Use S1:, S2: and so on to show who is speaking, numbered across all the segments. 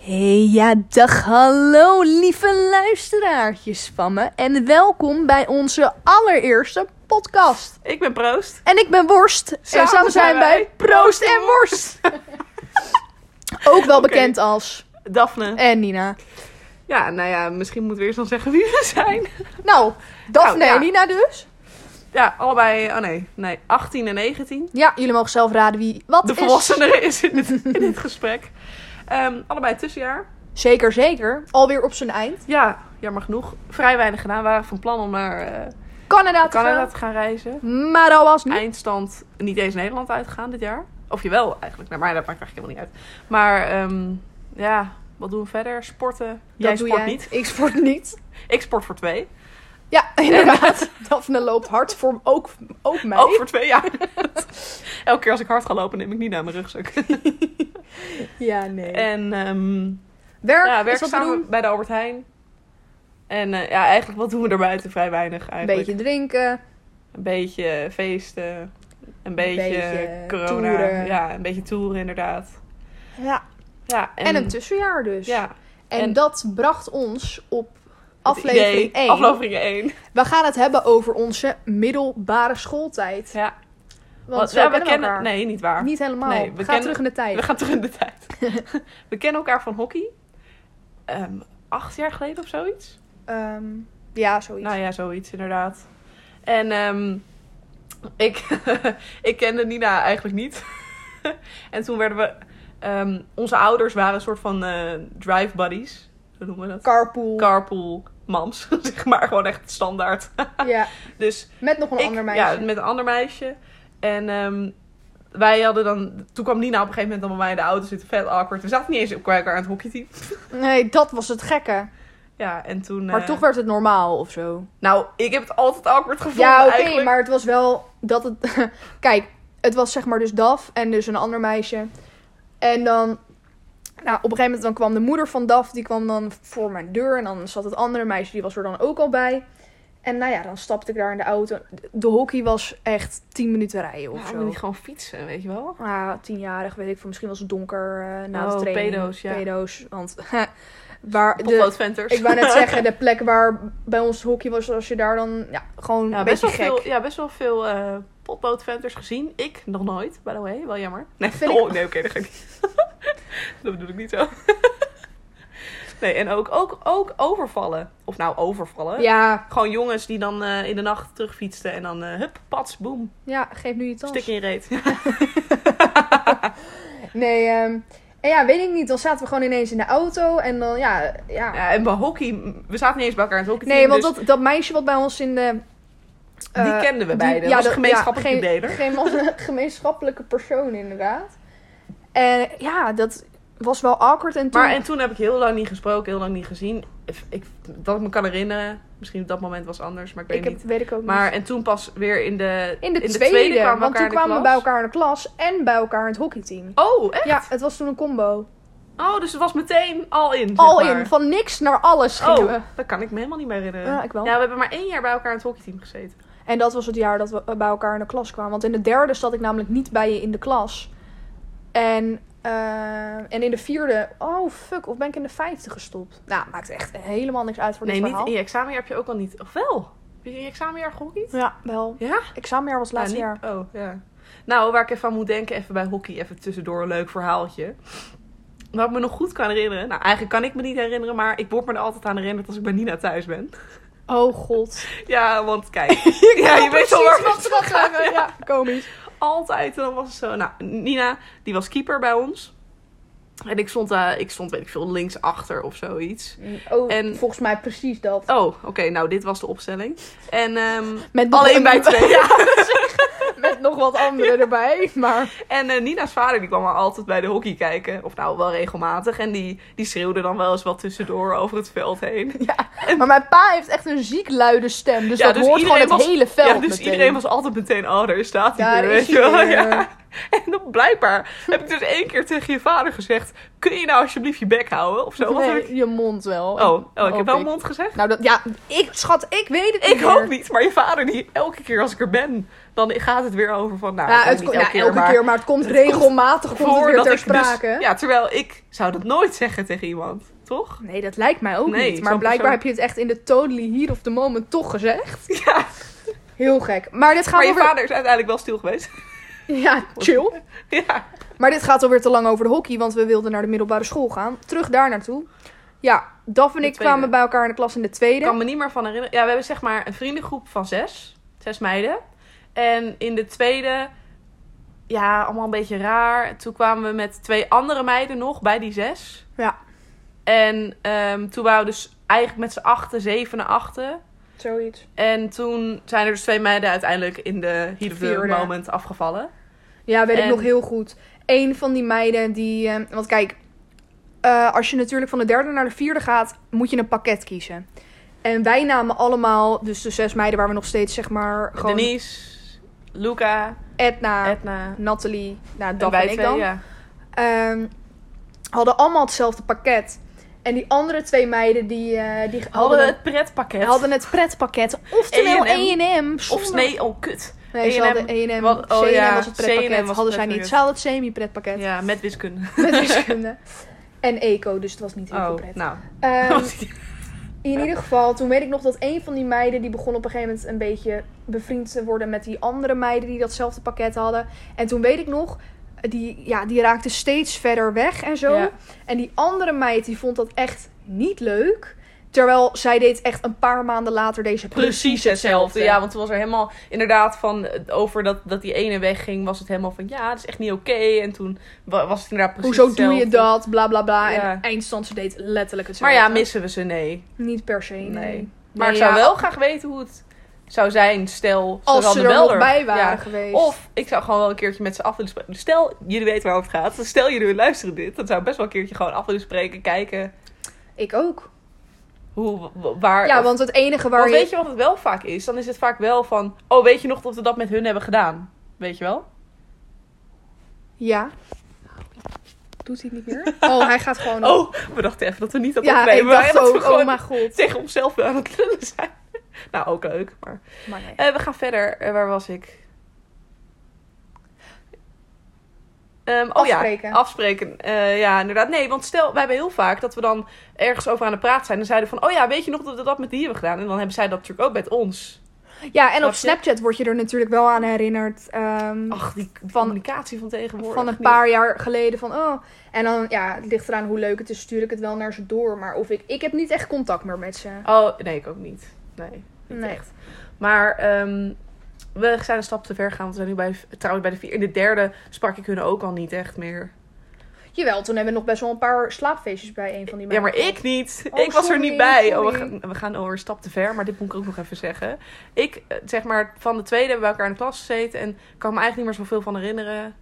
S1: Hey, ja, dag, hallo lieve luisteraartjes van me. En welkom bij onze allereerste podcast.
S2: Ik ben Proost.
S1: En ik ben Worst. en
S2: Samen
S1: samen zijn
S2: zijn
S1: wij
S2: wij
S1: Proost en Worst. Ook wel bekend als.
S2: Daphne.
S1: En Nina.
S2: Ja, nou ja, misschien moeten we eerst dan zeggen wie we zijn.
S1: Nou, Daphne
S2: Oh, ja.
S1: en Nina dus.
S2: Ja, allebei, oh nee, nee, 18 en 19.
S1: Ja, jullie mogen zelf raden wie wat
S2: De
S1: is.
S2: volwassene is in dit, in dit gesprek. Ehm, allebei tussenjaar.
S1: Zeker, zeker. Alweer op zijn eind.
S2: Ja, jammer genoeg. Vrij weinig gedaan. We waren van plan om naar eh,
S1: Canada te
S2: Canada
S1: gaan.
S2: te gaan reizen.
S1: Maar dat was
S2: Mhm.
S1: niet.
S2: Eindstand niet eens Nederland uitgegaan dit jaar. Of jawel eigenlijk, nou, maar dat maakt eigenlijk helemaal niet uit. Maar ehm, ja, wat doen we verder? Sporten. jij
S1: dat doe
S2: sport
S1: jij.
S2: niet.
S1: Ik sport niet.
S2: Ik sport voor twee.
S1: Ja, inderdaad. Daphne loopt hard voor ook, ook mij.
S2: Ook voor twee jaar. Elke keer als ik hard ga lopen, neem ik niet naar mijn rugzak.
S1: Ja, nee.
S2: En ehm
S1: werk,
S2: ja,
S1: is
S2: werk
S1: wat
S2: samen
S1: te doen.
S2: bij de Albert Heijn. En eh, ja, eigenlijk wat doen we daarbuiten? Vrij weinig
S1: Een
S2: eigenlijk.
S1: beetje drinken.
S2: Een beetje feesten. Een beetje,
S1: beetje
S2: corona.
S1: toeren.
S2: Ja, een beetje toeren inderdaad.
S1: Ja.
S2: Ja, en,
S1: En, een tussenjaar dus.
S2: ja,
S1: en,
S2: en-
S1: dat bracht ons op
S2: het
S1: aflevering
S2: idee.
S1: 1.
S2: Aflevering 1.
S1: We gaan het hebben over onze middelbare schooltijd.
S2: Ja,
S1: Want
S2: want-
S1: zo
S2: ja,
S1: kennen we elkaar.
S2: Nee, niet waar.
S1: Niet helemaal.
S2: Nee, we
S1: we gaan
S2: kennen-
S1: terug in de tijd.
S2: We gaan terug in de tijd. we kennen elkaar van hockey. Ehm, acht jaar geleden of zoiets.
S1: Ehm, ja, zoiets.
S2: Nou ja, zoiets inderdaad. En ehm, ik, ik kende Nina eigenlijk niet. en toen werden we... ehm, onze ouders waren een soort van eh, drive buddies. Hoe noemen we dat?
S1: Carpool.
S2: Carpool mams, zeg maar. Gewoon echt standaard.
S1: ja.
S2: dus
S1: Met nog een
S2: ik-
S1: ander meisje.
S2: Ja, met een ander meisje. En ehm, wij hadden dan... Toen kwam Nina op een gegeven moment dan bij mij in de auto zitten. Vet awkward. We zaten niet eens op elkaar aan het hockeyteam.
S1: Nee, dat was het gekke.
S2: Ja, en toen...
S1: Maar
S2: eh,
S1: toch werd het normaal of zo.
S2: Nou, ik heb het altijd awkward gevonden
S1: Ja, oké,
S2: eigenlijk.
S1: maar het was wel dat het. Kijk, het was zeg maar dus Daf en dus een ander meisje. En dan, nou, op een gegeven moment dan kwam de moeder van Daf, die kwam dan voor mijn deur. En dan zat het andere meisje, die was er dan ook al bij. En nou ja, dan stapte ik daar in de auto. De hockey was echt 10 minuten rijden of
S2: Ja,
S1: zo.
S2: Nou, niet gewoon fietsen, weet je wel?
S1: Ja, tienjarig, weet ik veel. Misschien was het donker eh, na de
S2: Oh,
S1: training.
S2: pedo's, ja.
S1: Pedo's, want waar de,
S2: Potloodventers.
S1: ik wou net zeggen, de plek waar bij ons hockey was, als je daar dan, ja, gewoon
S2: ja,
S1: een
S2: best
S1: beetje
S2: wel
S1: gek.
S2: veel, ja, best wel veel eh potloodventers gezien. Ik nog nooit, by the way. Wel jammer. Nee,
S1: Vind
S2: oh,
S1: ik-
S2: nee oké, dat ga ik niet. dat bedoel ik niet zo. nee, en ook, ook, ook overvallen. Of nou, overvallen.
S1: Ja,
S2: Gewoon jongens die dan eh, in de nacht terugfietsten en dan eh, hup, pats, boem,
S1: Ja, geef nu je tas.
S2: stik in je reet.
S1: Nee, ehm, en ja, weet ik niet. Dan zaten we gewoon ineens in de auto en dan, ja... ja.
S2: ja, en bij hockey, m, we zaten niet eens bij elkaar in het hockeyteam.
S1: nee, want
S2: dus
S1: dat, dat meisje wat bij ons in de...
S2: die
S1: eh,
S2: kenden
S1: die-
S2: we beiden. dat was een gemeenschappelijk
S1: ja,
S2: idee,
S1: geen,
S2: hoor.
S1: geen man- gemeenschappelijke persoon, inderdaad. En ja, dat was wel awkward. En toen...
S2: Maar en toen heb ik heel lang niet gesproken, heel lang niet gezien. Ik, ik- dat ik me kan herinneren. Misschien op dat moment was anders, maar ik weet
S1: ik
S2: niet.
S1: heb, weet ik ook
S2: Maar
S1: niet.
S2: en toen pas weer in de,
S1: In de, tweede,
S2: kwamen we
S1: want toen
S2: elkaar
S1: kwamen we
S2: in de
S1: bij
S2: klas.
S1: elkaar in de klas en bij elkaar in het hockeyteam.
S2: Oh, echt?
S1: Ja, het was toen een combo.
S2: Oh, dus het was meteen al in. zeg
S1: Al
S2: maar.
S1: in, van niks naar alles gingen we.
S2: Oh, dat kan ik me helemaal niet meer herinneren.
S1: Ja, ik wel.
S2: Ja, we hebben maar één jaar bij elkaar in het hockeyteam gezeten.
S1: En dat was het jaar dat we eh, bij elkaar in de klas kwamen. Want in de derde zat ik namelijk niet bij je in de klas. En, eh, en in de vierde, oh fuck, of ben ik in de vijfde gestopt? Nou, maakt echt helemaal niks uit voor
S2: nee,
S1: dit
S2: niet
S1: verhaal.
S2: in je examenjaar heb je ook al niet. Of wel? Heb je in je examenjaar gehockeyd?
S1: Ja, wel.
S2: Ja?
S1: Examenjaar was het laatste
S2: Ja,
S1: jaar.
S2: niet- Oh, ja. Nou, waar ik even aan moet denken, even bij hockey, even tussendoor een leuk verhaaltje. Wat ik me nog goed kan herinneren. Nou, eigenlijk kan ik me niet herinneren, maar ik word me er altijd aan herinnerd als ik bij Nina thuis ben.
S1: Oh god.
S2: Ja, want kijk. ja, je weet wel waar
S1: wat ze gaan hebben. Ja, komisch.
S2: altijd. En dan was het zo. Nou, Nina, die was keeper bij ons. En ik stond, eh, ik stond weet ik veel, links achter of zoiets.
S1: Oh,
S2: En-
S1: volgens mij precies dat.
S2: Oh, oké, nou, dit was de opstelling. En ehm,
S1: Met nog
S2: alleen
S1: een-
S2: bij twee. Ja.
S1: Met nog wat anderen erbij, maar...
S2: En eh, Nina's vader, die kwam maar altijd bij de hockey kijken. Of nou, wel regelmatig. En die, die schreeuwde dan wel eens wat tussendoor over het veld heen.
S1: Ja. Maar mijn pa heeft echt een ziek luide stem, dus
S2: Ja,
S1: dat
S2: dus
S1: hoort gewoon het
S2: iedereen was-
S1: hele veld
S2: ja, dus
S1: meteen.
S2: iedereen was altijd meteen, oh, daar staat hij
S1: Daar
S2: weer,
S1: is
S2: weet
S1: hij
S2: je wel.
S1: weer.
S2: Ja. En dan blijkbaar heb ik dus één keer tegen je vader gezegd... Kun je nou alsjeblieft je bek houden? Of zo. Wat heb ik-
S1: je mond wel.
S2: Oh, oh, ik heb
S1: Hoop
S2: wel mond gezegd.
S1: Nou, dat, ja, ik, schat, ik weet het niet
S2: Ik hoop
S1: meer.
S2: niet, maar je vader die elke keer als ik er ben, dan gaat het weer over van, nou,
S1: Ja,
S2: ik
S1: het
S2: niet
S1: komt- ja, elke, keer, maar, het komt regelmatig komt, het weer
S2: voordat
S1: ter
S2: ik dus-
S1: sprake.
S2: ja, terwijl ik zou dat nooit zeggen tegen iemand, toch?
S1: Nee, dat lijkt mij ook
S2: Nee,
S1: niet.
S2: zo'n
S1: Maar blijkbaar
S2: persoon-
S1: heb je het echt in de totally heat of the moment toch gezegd.
S2: Ja,
S1: Heel gek. Maar dit gaat
S2: maar je
S1: alweer...
S2: vader is uiteindelijk wel stil geweest.
S1: Ja, chill.
S2: Ja,
S1: Maar dit gaat alweer te lang over de hockey, want we wilden naar de middelbare school gaan. Terug daar naartoe. Ja, Daf en
S2: De
S1: ik
S2: tweede.
S1: kwamen bij elkaar in de klas in de tweede.
S2: ik kan me niet meer van herinneren. Ja, we hebben zeg maar een vriendengroep van zes, zes meiden. En in de tweede, ja, allemaal een beetje raar. Toen kwamen we met twee andere meiden nog bij die zes.
S1: Ja.
S2: En ehm, toen waren we dus eigenlijk met z'n achten, zeven en achten.
S1: Zoiets.
S2: En toen zijn er dus twee meiden uiteindelijk in de heat of the
S1: Vierde.
S2: moment afgevallen.
S1: Ja, weet
S2: En-
S1: ik nog heel goed. Eén van die meiden die... eh, want kijk, eh, als je natuurlijk van de derde naar de vierde gaat, moet je een pakket kiezen. En wij namen allemaal, dus de zes meiden waar we nog steeds, zeg maar, gewoon
S2: Denise, Luca,
S1: Edna,
S2: Edna.
S1: Nathalie, nou,
S2: en
S1: Daf
S2: wij
S1: en ik
S2: twee,
S1: dan.
S2: ja.
S1: ehm, hadden allemaal hetzelfde pakket. En die andere twee meiden die, eh, die
S2: Hadden
S1: hadden,
S2: het pretpakket.
S1: hadden het pretpakket. Oftewel
S2: A&M.
S1: E&M.
S2: Of
S1: zonder-
S2: nee, oh kut.
S1: Nee, ze
S2: A&M.
S1: hadden E E&M.
S2: Wat- oh
S1: C&M
S2: ja,
S1: was het
S2: C&M
S1: pretpakket.
S2: was het
S1: hadden zij niet.
S2: pretpakket.
S1: Ze hadden het semi-pretpakket.
S2: Ja, met wiskunde.
S1: Met wiskunde. En eco, dus het was niet heel veel
S2: Oh,
S1: pret.
S2: nou.
S1: Ehm, in ieder geval, toen weet ik nog dat een van die meiden... die begon op een gegeven moment een beetje bevriend te worden... met die andere meiden die datzelfde pakket hadden. En toen weet ik nog... Die, ja, die raakte steeds verder weg en zo.
S2: Ja.
S1: En die andere meid die vond dat echt niet leuk. Terwijl zij deed echt een paar maanden later deze
S2: Precies hetzelfde. Ja, want toen was er helemaal inderdaad van eh, over dat, dat die ene wegging, was het helemaal van ja, dat is echt niet oké. En toen wa- was het inderdaad precies
S1: Hoezo doe je
S2: hetzelfde.
S1: dat? Bla bla bla.
S2: Ja.
S1: En eindstand, ze deed letterlijk
S2: Maar
S1: hetzelfde.
S2: ja, missen we ze? Nee.
S1: Niet per se, nee.
S2: Nee. Maar
S1: Nee,
S2: ik zou
S1: ja,
S2: wel graag weten hoe het zou zijn, stel
S1: Als ze
S2: Sander
S1: er nog
S2: Belder-
S1: bij waren
S2: Ja.
S1: geweest.
S2: Of ik zou gewoon wel een keertje met ze af willen spreken. Dus Stel, jullie weten waarover het gaat. Stel, jullie luisteren dit. Dan zou ik best wel een keertje gewoon af willen spreken. Kijken
S1: Ik ook.
S2: hoe, w- waar...
S1: Ja, want het enige waar
S2: Want
S1: je...
S2: weet je wat het wel vaak is? Dan is het vaak wel van... Oh, weet je nog dat we dat met hun hebben gedaan? Weet je wel?
S1: Ja. Doet hij het niet meer? Oh, hij gaat gewoon...
S2: Oh, we dachten even dat we niet dat
S1: ja, ik
S2: opnemen.
S1: dacht
S2: dat
S1: ook,
S2: we
S1: oh
S2: gewoon
S1: mijn god.
S2: tegen onszelf aan het lullen zijn. Nou, ook leuk. Maar...
S1: Maar nee.
S2: Eh, we gaan verder. Eh, waar was ik? Ehm, oh
S1: Afspreken.
S2: ja, afspreken. Eh, ja, inderdaad. Nee, want stel, wij hebben heel vaak dat we dan ergens over aan de praat zijn. En zeiden van, oh ja, weet je nog dat we dat met die hebben gedaan? En dan hebben zij dat natuurlijk ook met ons.
S1: Ja, en op
S2: Snap
S1: Snapchat word je er natuurlijk wel aan herinnerd. ehm,
S2: Ach, die
S1: Van-
S2: communicatie van tegenwoordig.
S1: van een paar jaar geleden van, oh... En dan, ja, het ligt eraan hoe leuk het is, stuur ik het wel naar ze door. Maar of ik... Ik heb niet echt contact meer met ze.
S2: Oh, nee, ik ook niet. Nee, niet
S1: Nee.
S2: echt. Maar ehm, we zijn een stap te ver gaan. We zijn nu bij, trouwens bij de vier. In de derde sprak ik hun ook al niet echt meer.
S1: Jawel, toen hebben we nog best wel een paar slaapfeestjes bij een van die
S2: Ja,
S1: meiden.
S2: maar ik niet.
S1: Oh,
S2: ik was er
S1: sorry,
S2: niet bij. Oh, we,
S1: sorry.
S2: gaan, we gaan over een stap te ver, maar dit moet ik ook nog even zeggen. Ik, eh, zeg maar, van de tweede hebben we elkaar in de klas gezeten en ik kan me eigenlijk niet meer zoveel van herinneren.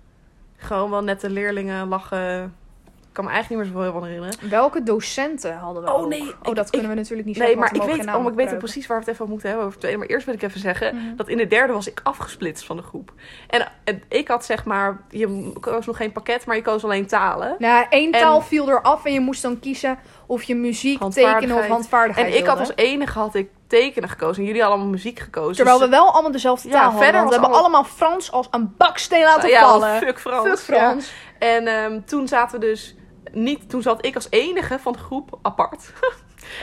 S2: Gewoon wel net de leerlingen lachen. Ik kan me eigenlijk niet meer zoveel van herinneren.
S1: Welke docenten hadden we
S2: Oh,
S1: ook?
S2: nee,
S1: Oh,
S2: ik-
S1: dat
S2: ik-
S1: kunnen we natuurlijk niet
S2: Nee,
S1: zeggen, want
S2: maar ik
S1: we mogen geen
S2: weet, oh, maar
S1: namen
S2: ik weet ook
S1: gebruiken.
S2: precies waar we het even over moeten hebben over het tweede. Maar eerst wil ik even zeggen
S1: Mhm.
S2: dat in de derde was ik afgesplitst van de groep. En, en ik had zeg maar, je koos nog geen pakket, maar je koos alleen talen.
S1: Nou, één
S2: En-
S1: taal viel eraf en je moest dan kiezen of je muziek, tekenen of
S2: Handvaardigheid.
S1: handvaardigheid
S2: En ik had
S1: wilde.
S2: als enige had ik tekenen gekozen en jullie hadden allemaal muziek gekozen.
S1: Terwijl
S2: Dus-
S1: we wel allemaal dezelfde
S2: Ja,
S1: taal hadden.
S2: verder
S1: want we
S2: was
S1: hebben allemaal Frans als een baksteen laten
S2: ja,
S1: vallen.
S2: fuck Frans.
S1: Fuck Frans.
S2: Ja. En ehm, toen zaten we dus niet, toen zat ik als enige van de groep apart.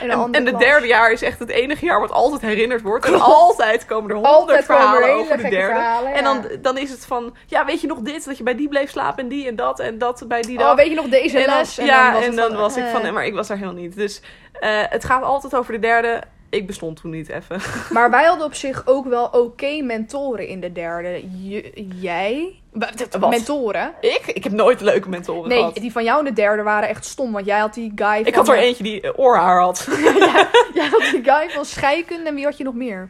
S1: En,
S2: En, en het derde jaar is echt het enige jaar wat altijd herinnerd wordt. En
S1: Klopt.
S2: altijd komen er honderd
S1: Altijd komen er
S2: verhalen
S1: hele
S2: over de
S1: gekke
S2: derde.
S1: verhalen,
S2: En dan,
S1: ja.
S2: dan is het van, ja, weet je nog dit? Dat je bij die bleef slapen en die en dat en dat bij die
S1: Oh,
S2: dag.
S1: weet je nog deze
S2: en dan,
S1: les?
S2: ja,
S1: het
S2: en dan
S1: van,
S2: was ik van,
S1: eh.
S2: eh, maar ik was daar heel niet. Dus eh, het gaat altijd over de derde. Ik bestond toen niet even.
S1: Maar wij hadden op zich ook wel oké mentoren in de derde. Je- jij?
S2: Wat?
S1: Mentoren?
S2: Ik? Ik heb nooit leuke mentoren
S1: Nee,
S2: gehad.
S1: die van jou in de derde waren echt stom. Want jij had die guy van...
S2: Ik had er eentje die eh, oorhaar had.
S1: Jij had die guy van scheikunde en wie had je nog meer?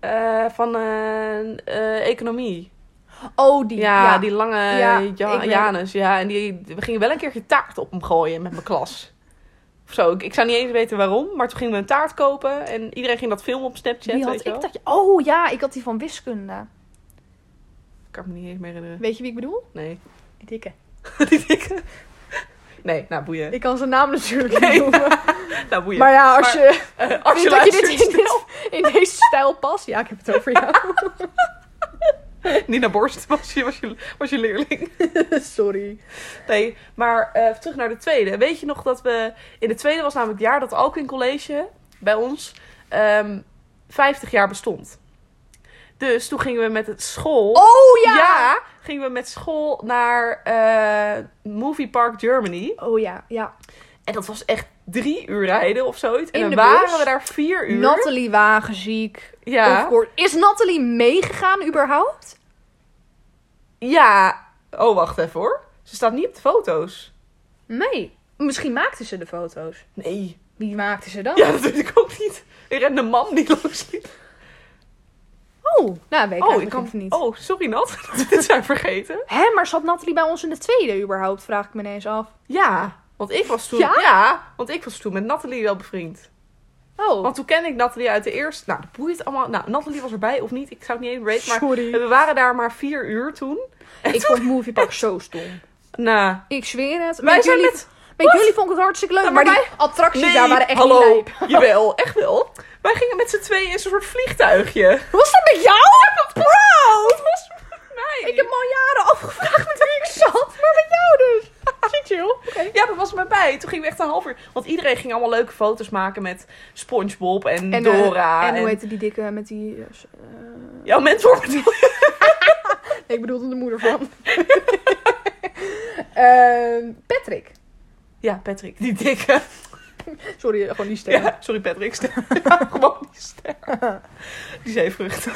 S2: Eh, van eh, eh, economie.
S1: Oh, die.
S2: Ja, die lange
S1: Ja,
S2: ja,
S1: ik weet
S2: Janus. Ja, en die, we gingen wel een keertje taart op hem gooien met mijn klas. Of zo. Ik, ik zou niet eens weten waarom, maar toen gingen we een taart kopen. En iedereen ging dat filmen op Snapchat.
S1: Die
S2: weet
S1: had
S2: je wel.
S1: ik dat je. Oh ja, ik had die van wiskunde.
S2: kan ik me niet eens meer herinneren.
S1: Weet je wie ik bedoel?
S2: Nee.
S1: Die dikke.
S2: Die dikke. Nee, nou boeien.
S1: Ik kan zijn naam natuurlijk
S2: Nee.
S1: niet noemen.
S2: Nou boeien.
S1: Maar ja, als je,
S2: Eh, als je
S1: vindt dat je dit
S2: luistert,
S1: in, dit- in deze stijl past. Ja, ik heb het over jou.
S2: Nina Borst was je, was, je, was je leerling.
S1: Sorry.
S2: Nee, maar eh, terug naar de tweede. Weet je nog dat we... In de tweede was namelijk het jaar dat Alkwin College bij ons ehm 50 jaar bestond. Dus toen gingen we met het school...
S1: Oh ja!
S2: gingen we met school naar eh, Movie Park Germany.
S1: Oh ja, ja.
S2: En dat was echt drie uur rijden of zoiets.
S1: In
S2: En dan
S1: de bus.
S2: waren we daar vier uur.
S1: Nathalie Wagenziek. Of
S2: ja.
S1: course. Is Nathalie meegegaan überhaupt?
S2: ja. Oh, wacht even hoor. Ze staat niet op de foto's.
S1: Nee. Misschien maakte ze de foto's.
S2: Nee.
S1: Wie maakte ze dan?
S2: Oh. Ja, dat weet ik ook niet. Ik rende man die langs liep.
S1: Oh, nou weet ik
S2: Oh, ik
S1: kan...
S2: kan...
S1: even niet.
S2: Oh, sorry Nat, dat we dit zijn vergeten.
S1: Hé, maar zat Nathalie bij ons in de tweede überhaupt? Vraag ik me ineens af.
S2: Ja, want ik was toen...
S1: Ja?
S2: want ik was toen met Nathalie wel bevriend.
S1: Oh,
S2: Want toen kende ik Nathalie uit de eerste... Nou, dat boeit allemaal. Nou, Nathalie was erbij of niet, ik zou het niet eens weten. Maar
S1: sorry.
S2: we waren daar maar vier uur toen.
S1: Ik vond Movie Park zo stom.
S2: Nou,
S1: Ik zweer het.
S2: wij
S1: Met
S2: zijn
S1: jullie,
S2: met...
S1: met
S2: Wat?
S1: jullie vond ik het hartstikke leuk.
S2: Ja,
S1: maar
S2: maar
S1: die attracties daar waren echt
S2: hallo.
S1: niet lijp.
S2: Jawel, echt wel. Wij gingen met z'n tweeën in zo'n soort vliegtuigje.
S1: Was dat met jou?
S2: Bro! Dat was mij.
S1: Ik heb me al jaren afgevraagd met wie ik zat. Maar met jou dus.
S2: Zit je, joh? Ja, dat was me bij. Toen gingen we echt een half uur. Want iedereen ging allemaal leuke foto's maken met SpongeBob en,
S1: En, eh,
S2: Dora.
S1: en hoe heette die dikke met die... eh, s- eh,
S2: Jouw mentor bedoel je?
S1: Ik bedoelde de moeder van. Ehm, Patrick.
S2: Ja, Patrick, die dikke.
S1: Sorry, gewoon die stem.
S2: Ja, sorry, Patrick. Ster. Gewoon die ster. Die zeevrucht.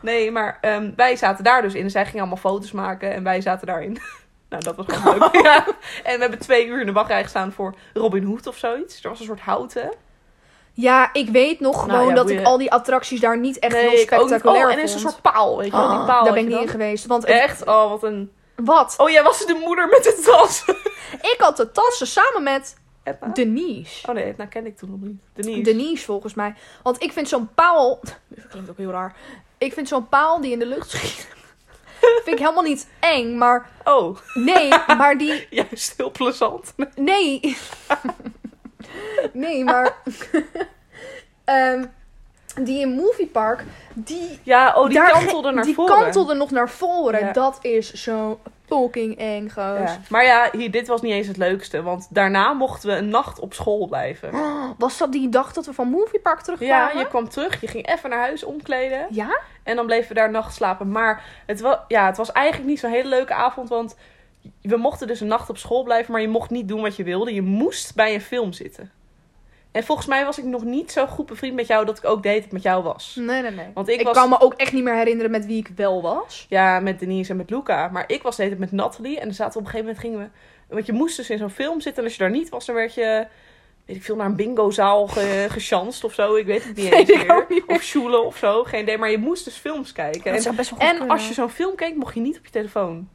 S2: Nee, maar ehm, wij zaten daar dus in. En zij gingen allemaal foto's maken en wij zaten daarin. Nou, dat was gewoon leuk. Ja. En we hebben twee uur in de wachtrij gestaan voor Robin Hood of zoiets. Er was een soort houten.
S1: ja, ik weet nog
S2: Nou
S1: gewoon
S2: ja,
S1: dat
S2: boeien.
S1: ik al die attracties daar niet echt
S2: Nee,
S1: heel
S2: ik ook niet.
S1: spectaculair
S2: Oh,
S1: vond.
S2: en er is een soort paal, weet je wel. Die
S1: Ah,
S2: paal
S1: daar
S2: had
S1: ben ik
S2: je
S1: niet in
S2: dan.
S1: geweest. Want het-
S2: Echt? Oh, wat een...
S1: wat?
S2: Oh, jij was de moeder met de tas.
S1: Ik had de tassen samen met
S2: Edna?
S1: Denise.
S2: Oh nee, Edna kende ik toen nog niet. Denise.
S1: Denise volgens mij. Want ik vind zo'n paal... Dat klinkt ook heel raar. Ik vind zo'n paal die in de lucht schiet... vind ik helemaal niet eng, maar...
S2: Oh,
S1: Nee, maar die...
S2: juist heel plezant.
S1: Nee. nee, maar. Ehm, die in Movie Park, die.
S2: Ja, oh, die
S1: daar ge-
S2: kantelde naar
S1: die
S2: voren.
S1: kantelde nog naar voren.
S2: Ja.
S1: Dat is zo fucking eng, goos.
S2: Ja. Maar ja, hier, dit was niet eens het leukste. Want daarna mochten we een nacht op school blijven.
S1: Oh, Was dat die dag dat we van Movie Park
S2: Ja,
S1: terugkwamen?
S2: je kwam terug, je ging even naar huis omkleden.
S1: Ja?
S2: En dan bleven we daar nacht slapen. Maar het, wa ja, het was eigenlijk niet zo'n hele leuke avond. Want we mochten dus een nacht op school blijven. Maar je mocht niet doen wat je wilde. Je moest bij een film zitten. En volgens mij was ik nog niet zo goed bevriend met jou dat ik ook deed dat het met jou was.
S1: Nee, nee, nee.
S2: Want
S1: Mm. ik
S2: ik, was
S1: kan me ook echt niet meer herinneren met wie ik wel was.
S2: ja, met Denise en met Luca. Maar ik was deed het met Nathalie. En dan zaten we op een gegeven moment gingen we. Want je moest dus in zo'n film zitten. En als je daar niet was, dan werd je. Weet ik veel, naar een bingozaal ge, gechanst of zo. Ik weet het niet
S1: Weet
S2: eens
S1: ik
S2: meer.
S1: ook niet meer.
S2: Of schoelen of zo. Geen idee. Maar je moest dus films kijken. En,
S1: best wel
S2: en als je zo'n film keek, mocht je niet op je telefoon.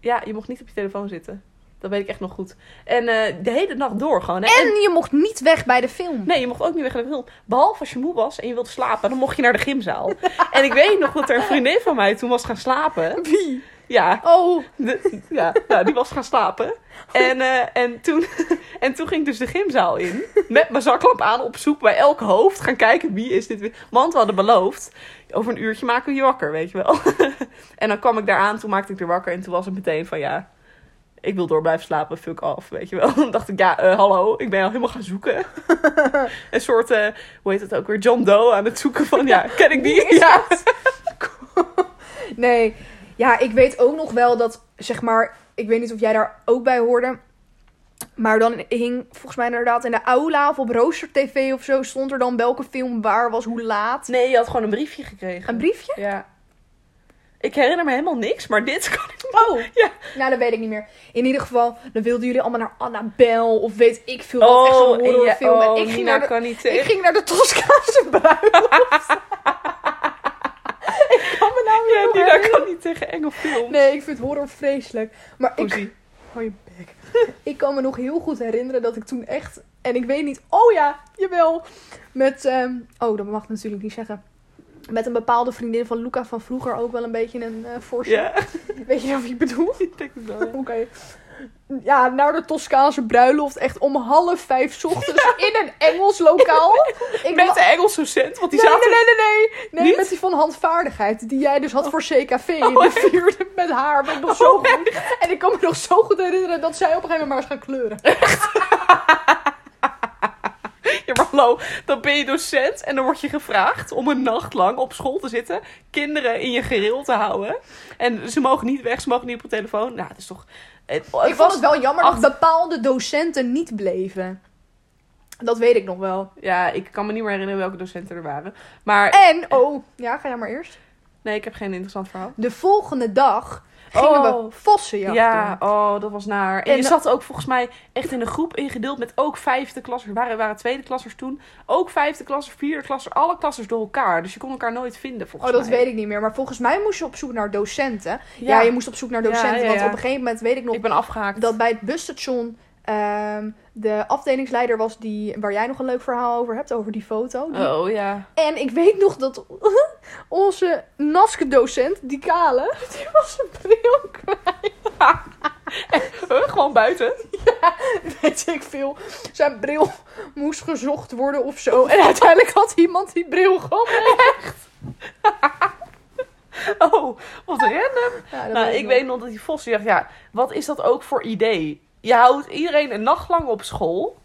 S2: Ja, je mocht niet op je telefoon zitten. Dat weet ik echt nog goed. En eh, de hele nacht door gewoon. hè.
S1: En je mocht niet weg bij de film.
S2: Nee, je mocht ook niet weg naar de film. Behalve als je moe was en je wilde slapen, dan mocht je naar de gymzaal. en ik weet nog dat er een vriendin van mij toen was gaan slapen.
S1: Wie?
S2: Ja,
S1: Oh,
S2: de- ja, nou, die was gaan slapen. En, eh, en, toen, en toen ging ik dus de gymzaal in. Met mijn zaklamp aan op zoek bij elk hoofd. Gaan kijken wie is dit weer. Want we hadden beloofd. Over een uurtje maken we je wakker, weet je wel. en dan kwam ik daar aan. Toen maakte ik er wakker. En toen was het meteen van ja. Ik wil door blijven slapen, fuck off, weet je wel. Dan dacht ik, ja, eh, hallo, ik ben al helemaal gaan zoeken. Een soort, eh, hoe heet het ook weer, John Doe aan het zoeken van, ja, ken ik die? Ja.
S1: Nee, ja, ik weet ook nog wel dat, zeg maar, ik weet niet of jij daar ook bij hoorde. Maar dan hing volgens mij inderdaad in de aula of op Rooster TV of zo stond er dan welke film waar was, hoe laat.
S2: Nee, je had gewoon een briefje gekregen.
S1: Een briefje?
S2: Ja. Ik herinner me helemaal niks, maar dit kan ik
S1: Oh,
S2: Ja.
S1: nou dat weet ik niet meer. In ieder geval, dan wilden jullie allemaal naar Annabel of weet ik veel. wat echt
S2: Oh,
S1: zo'n horrorfilm. en ik, ging naar de,
S2: kan niet
S1: ik
S2: tegen.
S1: ging naar de Toscaanse bruiloft. ik kan me nou
S2: Ja,
S1: niet
S2: Nina
S1: meer
S2: kan niet tegen enge films.
S1: Nee, ik vind horror vreselijk. Maar ik,
S2: Poesie.
S1: Hou je bek. ik kan me nog heel goed herinneren dat ik toen echt. En ik weet niet. Oh ja, jawel. Met. ehm, oh, dat mag ik natuurlijk niet zeggen. Met een bepaalde vriendin van Luca van vroeger ook wel een beetje een eh voorstel.
S2: Ja,
S1: Weet je of ik bedoel?
S2: ik denk het wel.
S1: Oké. Ja, naar de Toscaanse bruiloft. Echt om half vijf 's ochtends in een Engels lokaal. Ik
S2: Met
S1: wa-
S2: de Engelse cent, want die
S1: nee,
S2: zaten...
S1: nee, nee, nee, nee. Nee,
S2: Niet?
S1: met die van handvaardigheid. Die jij dus had voor CKV. in
S2: Oh,
S1: de
S2: echt? Oh,
S1: vierde met haar. Ben ik nog zo goed. En ik kan me nog zo goed herinneren dat zij op een gegeven moment maar eens gaan kleuren.
S2: Ja, maar hallo, dan ben je docent en dan word je gevraagd om een nacht lang op school te zitten. Kinderen in je gereel te houden. En ze mogen niet weg, ze mogen niet op de telefoon. Nou, het is toch... Het, Oh, het
S1: Ik vond het wel jammer
S2: acht-
S1: dat bepaalde docenten niet bleven. Dat weet ik nog wel.
S2: Ja, ik kan me niet meer herinneren welke docenten er waren. Maar
S1: En, oh, ja, ga jij maar eerst.
S2: nee, ik heb geen interessant verhaal.
S1: De volgende dag gingen
S2: Oh.
S1: we vossenjacht
S2: Ja,
S1: doen.
S2: oh, dat was naar. En,
S1: En
S2: je
S1: de-
S2: zat ook volgens mij echt in een groep ingedeeld met ook vijfde klassers. Waren, waren tweede klassers toen. Ook vijfde klassers, vierde klassers, alle klassers door elkaar. Dus je kon elkaar nooit vinden
S1: Oh,
S2: volgens mij.
S1: dat weet ik niet meer. Maar volgens mij moest je op zoek naar docenten. Ja,
S2: Ja,
S1: je moest op zoek naar docenten.
S2: Ja, ja,
S1: Want
S2: ja.
S1: op een gegeven moment weet ik nog
S2: ik ben afgehaakt.
S1: dat bij het busstation ehm, de afdelingsleider was die, waar jij nog een leuk verhaal over hebt, over die foto. Die-
S2: Oh ja.
S1: En ik weet nog dat onze NASC-docent, die kale, die was zijn bril
S2: Huh, gewoon buiten.
S1: weet ik veel, zijn bril moest gezocht worden of zo. En uiteindelijk had iemand die bril gewoon.
S2: Oh, wat random.
S1: Ja, dat
S2: Nou, ik
S1: nog.
S2: weet nog dat die vos die dacht, ja, wat is dat ook voor idee? Je houdt iedereen een nacht lang op school.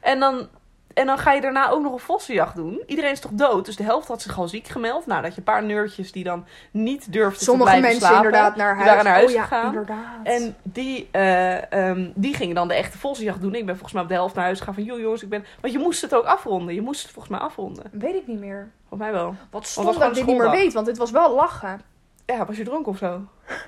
S2: En dan, en dan ga je daarna ook nog een vossenjacht doen. Iedereen is toch dood? Dus de helft had zich al ziek gemeld. Nou, dat je een paar neurtjes die dan niet durfden
S1: Sommige
S2: te blijven
S1: mensen
S2: slapen.
S1: inderdaad naar
S2: die
S1: huis.
S2: waren naar huis
S1: oh, ja,
S2: gegaan.
S1: Inderdaad.
S2: En die, eh, ehm, die gingen dan de echte vossenjacht doen. Ik ben volgens mij op de helft naar huis gegaan van... joh jongens, ik ben... Want je moest het ook afronden. Je moest het volgens mij afronden.
S1: Weet ik niet meer.
S2: Volgens mij wel.
S1: Wat
S2: was
S1: stond dat
S2: gewoon
S1: ik dit niet meer
S2: schooldag.
S1: weet, want dit was wel lachen.
S2: Ja, was je dronken of zo?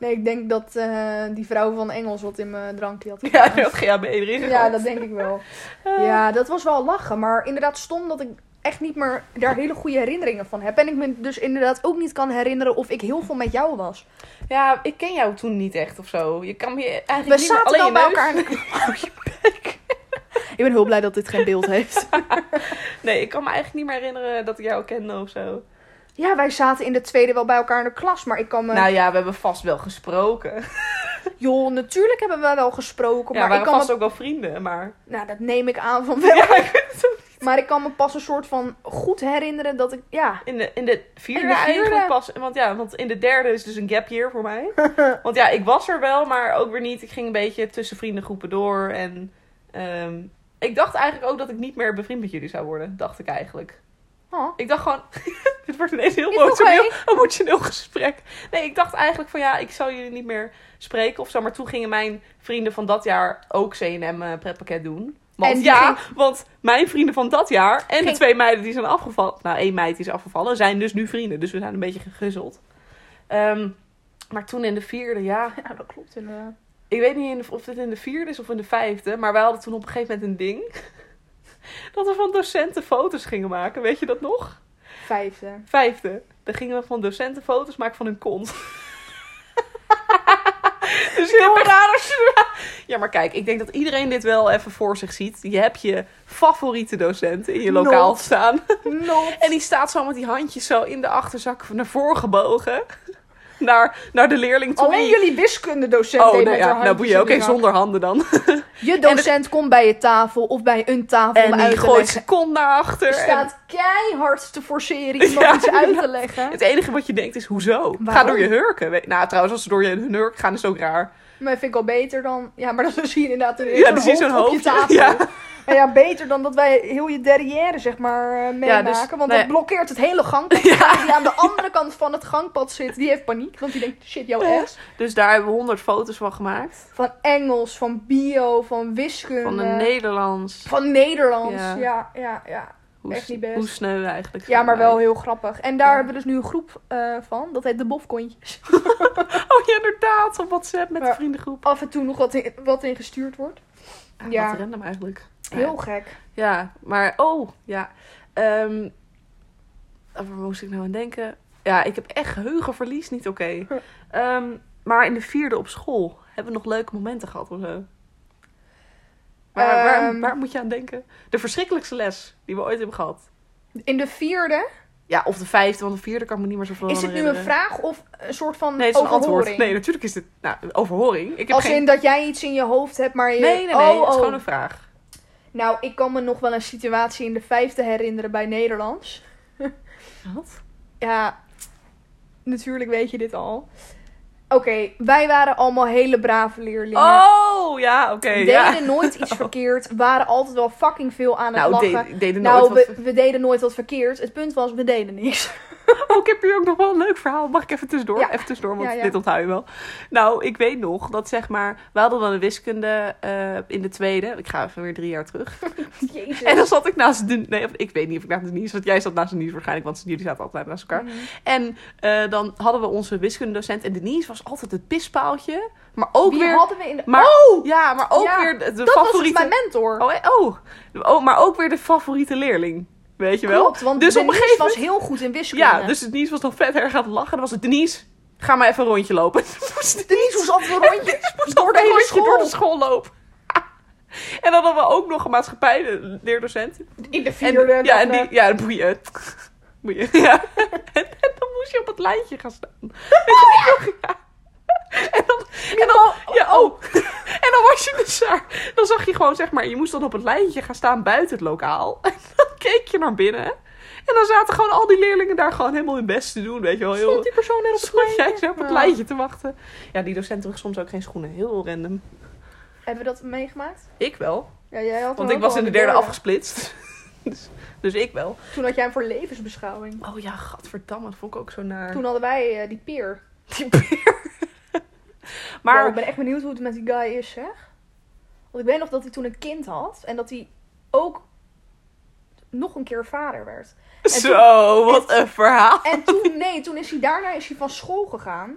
S1: Nee, ik denk dat eh, die vrouw van Engels wat in mijn drankje had.
S2: Ja,
S1: gedaan.
S2: dat GHB erin
S1: ja,
S2: gegooid.
S1: dat denk ik wel.
S2: Eh.
S1: Ja, dat was wel lachen. Maar inderdaad stom dat ik echt niet meer daar hele goede herinneringen van heb. En ik me dus inderdaad ook niet kan herinneren of ik heel veel met jou was.
S2: Ja, ik ken jou toen niet echt of zo. Je kan me eigenlijk
S1: We
S2: niet meer-
S1: zaten
S2: alleen Oh,
S1: al
S2: je
S1: bij
S2: neus.
S1: elkaar. Ik ben heel blij dat dit geen beeld heeft.
S2: Nee, ik kan me eigenlijk niet meer herinneren dat ik jou kende of zo.
S1: Ja, wij zaten in de tweede wel bij elkaar in de klas, maar ik kan me...
S2: Nou ja, we hebben vast wel gesproken.
S1: Joh, natuurlijk hebben we wel gesproken,
S2: ja,
S1: maar
S2: we
S1: ik
S2: waren
S1: kan
S2: vast
S1: me...
S2: ook wel vrienden, maar...
S1: Nou, dat neem ik aan van wel.
S2: Ja, ik weet het ook.
S1: Maar ik kan me pas een soort van goed herinneren dat ik... Ja,
S2: in, de, in de vierde
S1: In de vierde.
S2: eigenlijk pas. Want ja, want in de derde is dus een gap year voor mij. want ja, ik was er wel, maar ook weer niet. Ik ging een beetje tussen vriendengroepen door. En ehm, ik dacht eigenlijk ook dat ik niet meer bevriend met jullie zou worden. Dacht ik eigenlijk.
S1: oh,
S2: Ik dacht gewoon, dit wordt ineens een heel
S1: Is oké.
S2: emotioneel, emotioneel gesprek. Nee, ik dacht eigenlijk van ja, ik zal jullie niet meer spreken of zo. Maar toen gingen mijn vrienden van dat jaar ook C&M eh, pretpakket doen. Want
S1: En die
S2: ja, want mijn vrienden van dat jaar en de
S1: Ging-
S2: twee meiden die zijn afgevallen, nou één meid die is afgevallen, zijn dus nu vrienden. Dus we zijn een beetje geguzzeld. Ehm, maar toen in de vierde, ja,
S1: ja, dat klopt inderdaad.
S2: ik weet niet in de- of dit in de vierde is of in de vijfde, maar wij hadden toen op een gegeven moment een ding. Dat we van docenten foto's gingen maken, weet je dat nog?
S1: Vijfde.
S2: Vijfde. Dan gingen we van docenten foto's maken van hun kont. dus heel raar. Ja, maar kijk, ik denk dat iedereen dit wel even voor zich ziet. Je hebt je favoriete docent in je lokaal
S1: Not.
S2: staan.
S1: No.
S2: En die staat zo met die handjes zo in de achterzak naar voren gebogen. Naar, naar de leerling toe.
S1: Alleen jullie wiskundedocent
S2: Oh,
S1: deed
S2: nou
S1: met haar
S2: ja, nou
S1: handjes
S2: boeien.
S1: in
S2: Oké,
S1: die zak.
S2: zonder handen dan.
S1: Je docent komt bij je tafel of bij een tafel om
S2: En
S1: uit
S2: die
S1: te
S2: gooit
S1: leggen.
S2: zijn kont naar achter.
S1: Je
S2: En
S1: staat keihard te forceren iemand
S2: Ja,
S1: iets uit te
S2: inderdaad.
S1: leggen.
S2: het enige wat je denkt is, hoezo? Ga
S1: Waarom?
S2: door je hurken. Weet- Nou, trouwens, als ze door je hun hurk gaan, is het ook raar.
S1: Maar vind ik al beter dan... Ja, maar dat is hier inderdaad een,
S2: Ja,
S1: ja,
S2: dan zie je zo'n
S1: op je
S2: hoofdje.
S1: tafel.
S2: Ja.
S1: Maar ja, beter dan dat wij heel je derrière, zeg maar, eh, meemaken.
S2: dus,
S1: want
S2: nou
S1: dat
S2: ja.
S1: blokkeert het hele gangpad. Die aan de andere kant van het gangpad zit, die heeft paniek. Want die denkt, shit, jouw
S2: Ja.
S1: ass.
S2: Dus daar hebben we honderd foto's van gemaakt.
S1: Van Engels, van bio, van wiskunde.
S2: Van een Nederlands.
S1: van Nederlands.
S2: Ja.
S1: Ja, ja, ja.
S2: Hoe,
S1: echt
S2: s-
S1: niet best.
S2: Hoe sneu eigenlijk.
S1: Ja,
S2: zijn
S1: maar
S2: wij.
S1: wel heel grappig. En daar
S2: Ja.
S1: hebben we dus nu een groep eh, van. Dat heet de Bofkontjes.
S2: Oh ja, inderdaad. Op WhatsApp met de
S1: Maar-
S2: vriendengroep.
S1: Af en toe nog wat in, wat in gestuurd wordt.
S2: Ja.
S1: Ja.
S2: Wat random eigenlijk.
S1: Heel gek.
S2: Ja, maar oh, ja. Ehm, waar moest ik nou aan denken? Ja, ik heb echt geheugenverlies, niet oké. Ehm, maar in de vierde op school hebben we nog leuke momenten gehad of zo. Waar, waar,
S1: Ehm.
S2: waar moet je aan denken? De verschrikkelijkste les die we ooit hebben gehad.
S1: In de vierde
S2: Ja, of de vijfde, want de vierde kan ik me niet meer zo veel
S1: Is dit
S2: het
S1: nu een vraag of een soort van
S2: Nee, het is een antwoord.
S1: overhoring?
S2: Nee, natuurlijk is dit nou, een overhoring. Ik heb
S1: Als
S2: geen...
S1: in dat jij iets in je hoofd hebt, maar je...
S2: Nee, nee, nee.
S1: Oh,
S2: Het is
S1: oh.
S2: gewoon een vraag.
S1: Nou, ik kan me nog wel een situatie in de vijfde herinneren bij Nederlands.
S2: Wat?
S1: Ja, natuurlijk weet je dit al. Oké, wij waren allemaal hele brave leerlingen.
S2: Oh, ja, oké.
S1: deden
S2: ja.
S1: nooit iets verkeerd. Waren altijd wel fucking veel aan het
S2: Nou,
S1: lachen.
S2: de- deden
S1: nou,
S2: nooit wat...
S1: we, we deden nooit wat verkeerd. Het punt was, we deden niks.
S2: Oh, ik heb hier ook nog wel een leuk verhaal. Mag ik even tussendoor?
S1: Ja.
S2: Even tussendoor, want
S1: Ja, ja.
S2: dit onthoud je wel. Nou, ik weet nog dat zeg maar... We hadden wel een wiskunde eh, in de tweede. Ik ga even weer drie jaar terug.
S1: Jezus.
S2: En dan zat ik naast de... Nee, of- ik weet niet of ik naast de nieuws... Want jij zat naast de nieuws waarschijnlijk. Want jullie zaten altijd naast elkaar.
S1: Mhm.
S2: En eh, dan hadden we onze wiskundedocent. En Denise was altijd het pispaaltje. Maar ook
S1: Wie
S2: weer...
S1: hadden we in de...
S2: Maar,
S1: oh!
S2: Ja, maar ook
S1: Ja,
S2: weer de, de
S1: dat was dus
S2: favoriete...
S1: mijn mentor.
S2: oh, hè? oh. oh, maar ook weer de favoriete leerling. Weet je wel?
S1: Klopt, want
S2: dus op een
S1: Denise
S2: gegeven
S1: was
S2: moment...
S1: heel goed in wiskunde.
S2: Ja, dus Denise was dan vet erg aan het lachen. Dan was het Denise, ga maar even een rondje lopen. Toen moest
S1: Dus Denise was altijd een rondje door de
S2: een
S1: hele
S2: rondje
S1: school.
S2: door de school lopen. En dan hadden we ook nog een maatschappijleerdocent.
S1: In de
S2: En,
S1: vierde.
S2: ja, en
S1: dan, eh,
S2: die, ja, boeien. Boeien, ja. En, en dan moest je op het lijntje gaan staan. Weet je nog? Ja. En dan, en dan, ja, oh. En dan was je dus daar. Dan zag je gewoon, zeg maar, je moest dan op het lijntje gaan staan buiten het lokaal. En dan keek je naar binnen. En dan zaten gewoon al die leerlingen daar gewoon helemaal hun best te doen. Weet je wel, heel...
S1: Stond die persoon net op het
S2: Stond jij
S1: lijntje?
S2: zo op het
S1: Ja.
S2: lijntje te wachten. Ja, die docent droeg soms ook geen schoenen. Heel random.
S1: Hebben we dat meegemaakt?
S2: Ik wel.
S1: Ja, jij had hem
S2: Want ik
S1: ook
S2: was
S1: al
S2: in de derde
S1: derde.
S2: afgesplitst. Dus, dus ik wel.
S1: eh, Toen had jij hem voor levensbeschouwing.
S2: Oh ja, gadverdamme, dat vond ik ook zo naar.
S1: Toen hadden wij eh, die peer.
S2: Die peer.
S1: Maar
S2: maar
S1: ik ben echt benieuwd hoe het met die guy is, zeg. Want ik weet nog dat hij toen een kind had. En dat hij ook nog een keer vader werd. toen-
S2: zo, wat een verhaal.
S1: En toen, nee, toen is hij daarna is hij van school gegaan.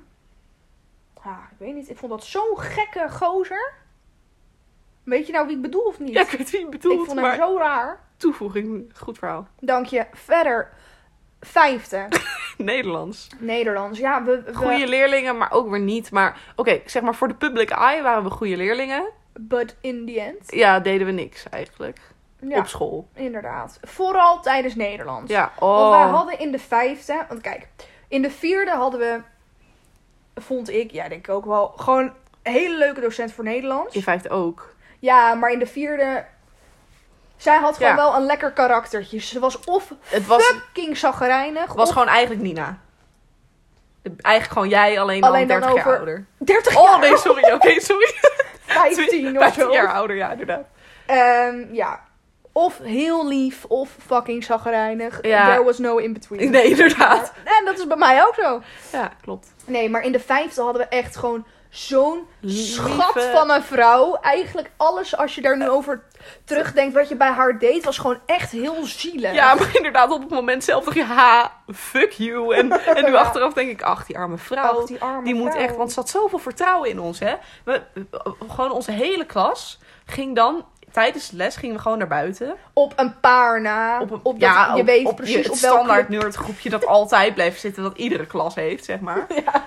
S1: Ah, ik weet niet, ik vond dat zo'n gekke gozer. Weet je nou wie ik bedoel of niet?
S2: Ja, ik weet wie je
S1: ik
S2: bedoelt,
S1: vond hem
S2: maar
S1: zo raar.
S2: toevoeging, goed verhaal.
S1: Dank je. Verder, vijfde.
S2: Nederlands.
S1: Nederlands. Ja, we, we
S2: Goede leerlingen, maar ook weer niet. Maar oké, zeg maar voor de public eye waren we goede leerlingen.
S1: but in the end.
S2: Ja, deden we niks eigenlijk.
S1: Ja,
S2: Op school.
S1: inderdaad. Vooral tijdens Nederlands.
S2: Ja,
S1: Want wij
S2: oh.
S1: hadden in de vijfde, want kijk, in de vierde hadden we, vond ik, ja denk ik ook wel, gewoon een hele leuke docent voor Nederlands.
S2: In feite ook.
S1: Ja, maar in de vierde. Zij had gewoon
S2: Ja.
S1: wel een lekker karaktertje. Ze was of
S2: Het was,
S1: fucking zagrijnig.
S2: was
S1: of
S2: gewoon eigenlijk Nina. Eigenlijk gewoon jij, alleen,
S1: Alleen dan
S2: dan 30 jaar
S1: over-
S2: ouder.
S1: 30
S2: Oh
S1: jaar,
S2: nee, sorry. Oké, sorry.
S1: 15 of
S2: 15
S1: zo.
S2: jaar ouder, ja, inderdaad.
S1: Ehm, ja. Of heel lief, of fucking zagrijnig.
S2: Ja.
S1: There was no in between.
S2: Nee, inderdaad.
S1: Maar- En dat is bij mij ook zo.
S2: Ja, klopt.
S1: Nee, maar in de vijfde hadden we echt gewoon zo'n
S2: Lieve-
S1: schat van een vrouw. Eigenlijk alles, als je daar
S2: Eh.
S1: nu over terugdenkt, wat je bij haar deed, was gewoon echt heel zielig.
S2: Ja, maar inderdaad, op het moment zelf dacht je, ha, fuck you. En, en nu
S1: Ja.
S2: achteraf denk ik, ach, die arme vrouw.
S1: Ach, die arme
S2: die moet
S1: vrouw.
S2: echt, want ze had zoveel vertrouwen in ons, hè. We, we- gewoon onze hele klas ging dan, tijdens de les gingen we gewoon naar buiten.
S1: Op een paar na. Op,
S2: een-
S1: dat,
S2: ja,
S1: je
S2: op-
S1: weet
S2: op
S1: precies
S2: het
S1: op welke.
S2: standaard nerdgroepje dat altijd blijft zitten, dat iedere klas heeft, zeg maar.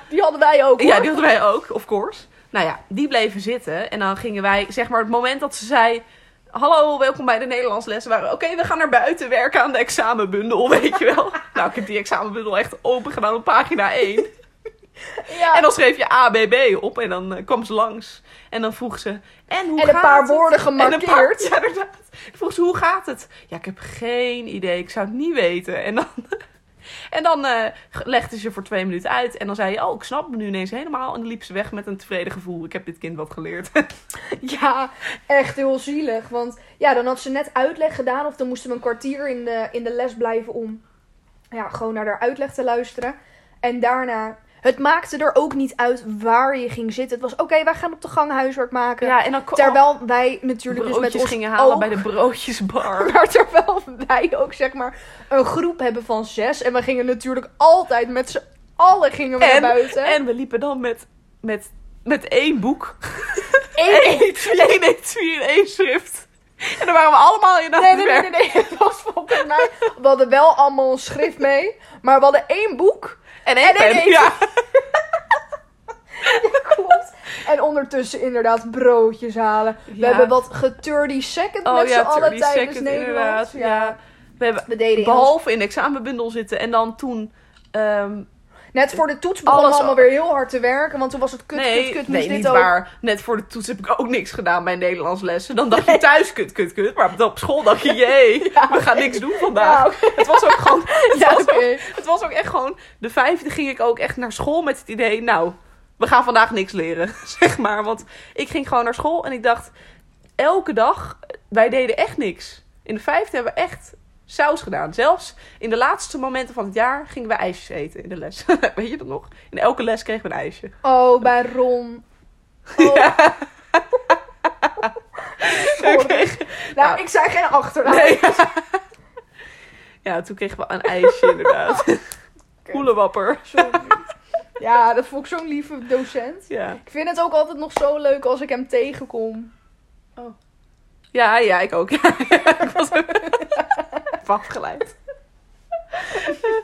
S1: Die hadden wij ook.
S2: Ja,
S1: hoor.
S2: die hadden wij ook, of course. Nou ja, die bleven zitten. En dan gingen wij, zeg maar, het moment dat ze zei... Hallo, welkom bij de Nederlands lessen. Waren, we, oké, we gaan naar buiten werken aan de examenbundel, weet je wel. nou, ik heb die examenbundel echt open gedaan op pagina 1.
S1: Ja.
S2: En
S1: En,
S2: dan schreef je ABB op en dan eh, kwam ze langs. En dan vroeg ze, en hoe gaat
S1: een paar
S2: het?
S1: woorden
S2: En een paar-
S1: gemarkeerd.
S2: ja, inderdaad. Vroeg ze, hoe gaat het? Ja, ik heb geen idee. Ik zou het niet weten. En dan, en dan eh, legde ze voor twee minuten uit. En dan zei je, oh, ik snap me nu ineens helemaal. En dan liep ze weg met een tevreden gevoel. Ik heb dit kind wat geleerd.
S1: Ja, echt heel zielig. Want ja, dan had ze net uitleg gedaan. Of dan moesten we een kwartier in de, in de les blijven om ja, gewoon naar haar uitleg te luisteren. En daarna. Het maakte er ook niet uit waar je ging zitten. Het was oké, wij gaan op de gang huiswerk maken.
S2: en dan kwam
S1: Terwijl wij natuurlijk dus
S2: broodjes
S1: oh, met ons
S2: gingen halen
S1: oog-
S2: bij de broodjesbar.
S1: Maar terwijl wij ook zeg maar een groep hebben van zes. En we gingen natuurlijk altijd met z'n allen gingen we
S2: En-
S1: naar buiten.
S2: En we liepen dan met, met, met één boek.
S1: Eén-
S2: Eén etui, één etui en één schrift. En dan waren we allemaal in aan
S1: Nee,
S2: het
S1: nee, nee, nee, nee. Het was volgens mij. We hadden wel allemaal een schrift mee. Maar we hadden één boek.
S2: En één
S1: En één
S2: pen.
S1: etui.
S2: Ja.
S1: Klopt. En ondertussen inderdaad broodjes halen. We
S2: Ja.
S1: hebben wat geturdy second met z'n allen
S2: 30
S1: tijdens
S2: second
S1: Nederland.
S2: inderdaad, Ja. We hebben
S1: We deden in ons-
S2: behalve in de examenbundel zitten. En dan toen... ehm,
S1: Net voor de toets begonnen we
S2: Alles
S1: allemaal weer heel hard te werken. Want toen was het kut,
S2: nee,
S1: kut, kut.
S2: nee,
S1: moest dit
S2: niet
S1: ook.
S2: waar. Net voor de toets heb ik ook niks gedaan bij Nederlands lessen. Dan dacht je thuis kut, kut, kut. Maar op school dacht je, jee, we gaan niks doen vandaag.
S1: Ja, oké.
S2: Het was ook gewoon...
S1: Nou.
S2: Het,
S1: Ja,
S2: was
S1: oké.
S2: ook, het was ook echt gewoon... De vijfde ging ik ook echt naar school met het idee... Nou, we gaan vandaag niks leren, zeg maar. Want ik ging gewoon naar school en ik dacht... Elke dag, wij deden echt niks. In de vijfde hebben we echt saus gedaan. Zelfs in de laatste momenten van het jaar gingen we ijsjes eten in de les. Weet je dat nog? In elke les kregen we een ijsje.
S1: Oh, bij Ron. Oh. Sorry.
S2: We kregen-
S1: Nou,
S2: Ja.
S1: ik zei geen achternaam.
S2: Nee. ja, toen kregen we een ijsje inderdaad. Koelewapper.
S1: Sorry. Ja, dat vond ik zo'n lieve docent.
S2: Ja.
S1: Ik vind het ook altijd nog zo leuk als ik hem tegenkom.
S2: ja, ja, ik ook. Ja, ik was ook afgeleid.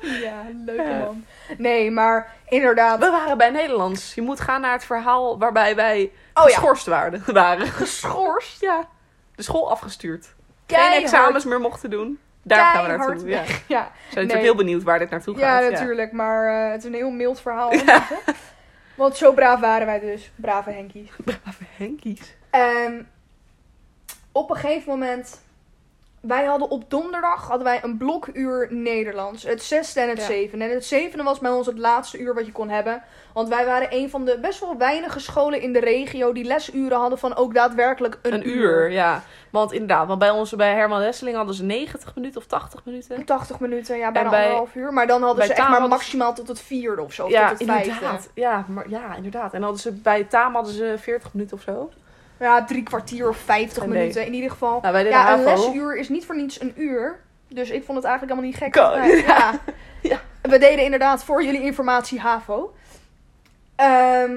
S1: Ja, leuke
S2: Ja.
S1: man. Nee, maar inderdaad. Oh
S2: We waren bij Nederlands. Je moet gaan naar het verhaal waarbij wij
S1: Oh ja,
S2: geschorst waren. waren.
S1: geschorst.
S2: Ja. De school afgestuurd. Geen
S1: Keihard.
S2: examens meer mochten doen. Daar gaan we
S1: Keihard
S2: naartoe. Ja. Zijn
S1: Ja,
S2: natuurlijk
S1: Nee.
S2: heel benieuwd waar dit naartoe
S1: ja
S2: gaat.
S1: natuurlijk. Maar eh, het is een heel mild verhaal. Want zo braaf waren wij dus. Brave Henkies.
S2: Brave Henkies.
S1: En Ehm, op een gegeven moment. Wij hadden op donderdag hadden wij een blokuur Nederlands. Het zesde en het
S2: Ja.
S1: zevende. En het zevende was bij ons het laatste uur wat je kon hebben. Want wij waren een van de best wel weinige scholen in de regio die lesuren hadden van ook daadwerkelijk een,
S2: Een, uur. ja. Want inderdaad, want bij ons, bij Herman Hesseling hadden ze 90 minuten of 80 minuten.
S1: 80 minuten, ja, bijna
S2: En bij-
S1: anderhalf uur. Maar dan hadden
S2: bij
S1: ze echt
S2: Taal
S1: maar
S2: hadden ze-
S1: maximaal tot het vierde of zo. Of
S2: ja,
S1: tot het vijfde.
S2: inderdaad. Ja, maar, ja, inderdaad. En hadden ze, bij Taam hadden ze 40 minuten of zo.
S1: Ja, drie kwartier of vijftig
S2: Nee.
S1: minuten. In ieder geval.
S2: Nou, wij deden
S1: Ja, een
S2: HAVO.
S1: lesuur is niet voor niets een uur. Dus ik vond het eigenlijk helemaal niet gek.
S2: Kan.
S1: Nee, ja.
S2: Ja.
S1: We deden inderdaad voor jullie informatie HAVO. Ehm,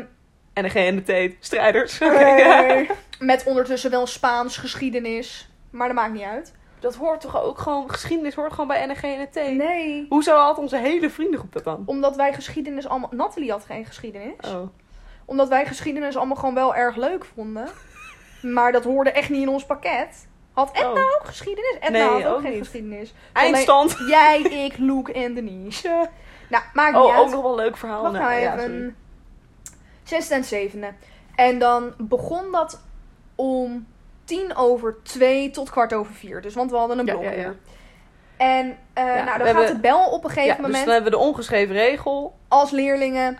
S2: En de GNT, strijders.
S1: eh, Met ondertussen wel Spaans, geschiedenis. Maar dat maakt niet uit.
S2: Dat hoort toch ook gewoon, geschiedenis hoort gewoon bij NG en T.
S1: Nee.
S2: Hoezo had onze hele vriendengroep dat dan?
S1: Omdat wij geschiedenis allemaal... Nathalie had geen geschiedenis.
S2: Oh.
S1: Omdat wij geschiedenis allemaal gewoon wel erg leuk vonden. Maar dat hoorde echt niet in ons pakket. Had Edna
S2: Oh.
S1: ook geschiedenis? Edna
S2: Nee,
S1: had ook,
S2: ook
S1: geen
S2: niet.
S1: geschiedenis.
S2: Eindstand.
S1: Alleen Jij, ik, Luke en Denise. Nou, maakt niet
S2: Oh,
S1: uit.
S2: ook nog wel een leuk verhaal.
S1: Wacht nou
S2: Nou, ja, sorry.
S1: even. Zesde en zevende. En dan begon dat om tien over twee tot kwart over vier. Dus want we hadden een
S2: Ja,
S1: blokuur.
S2: ja, ja.
S1: En eh, nou, dan
S2: we
S1: gaat
S2: hebben-
S1: de bel op een
S2: Ja,
S1: gegeven
S2: dus
S1: moment
S2: dan hebben we de ongeschreven regel.
S1: als leerlingen.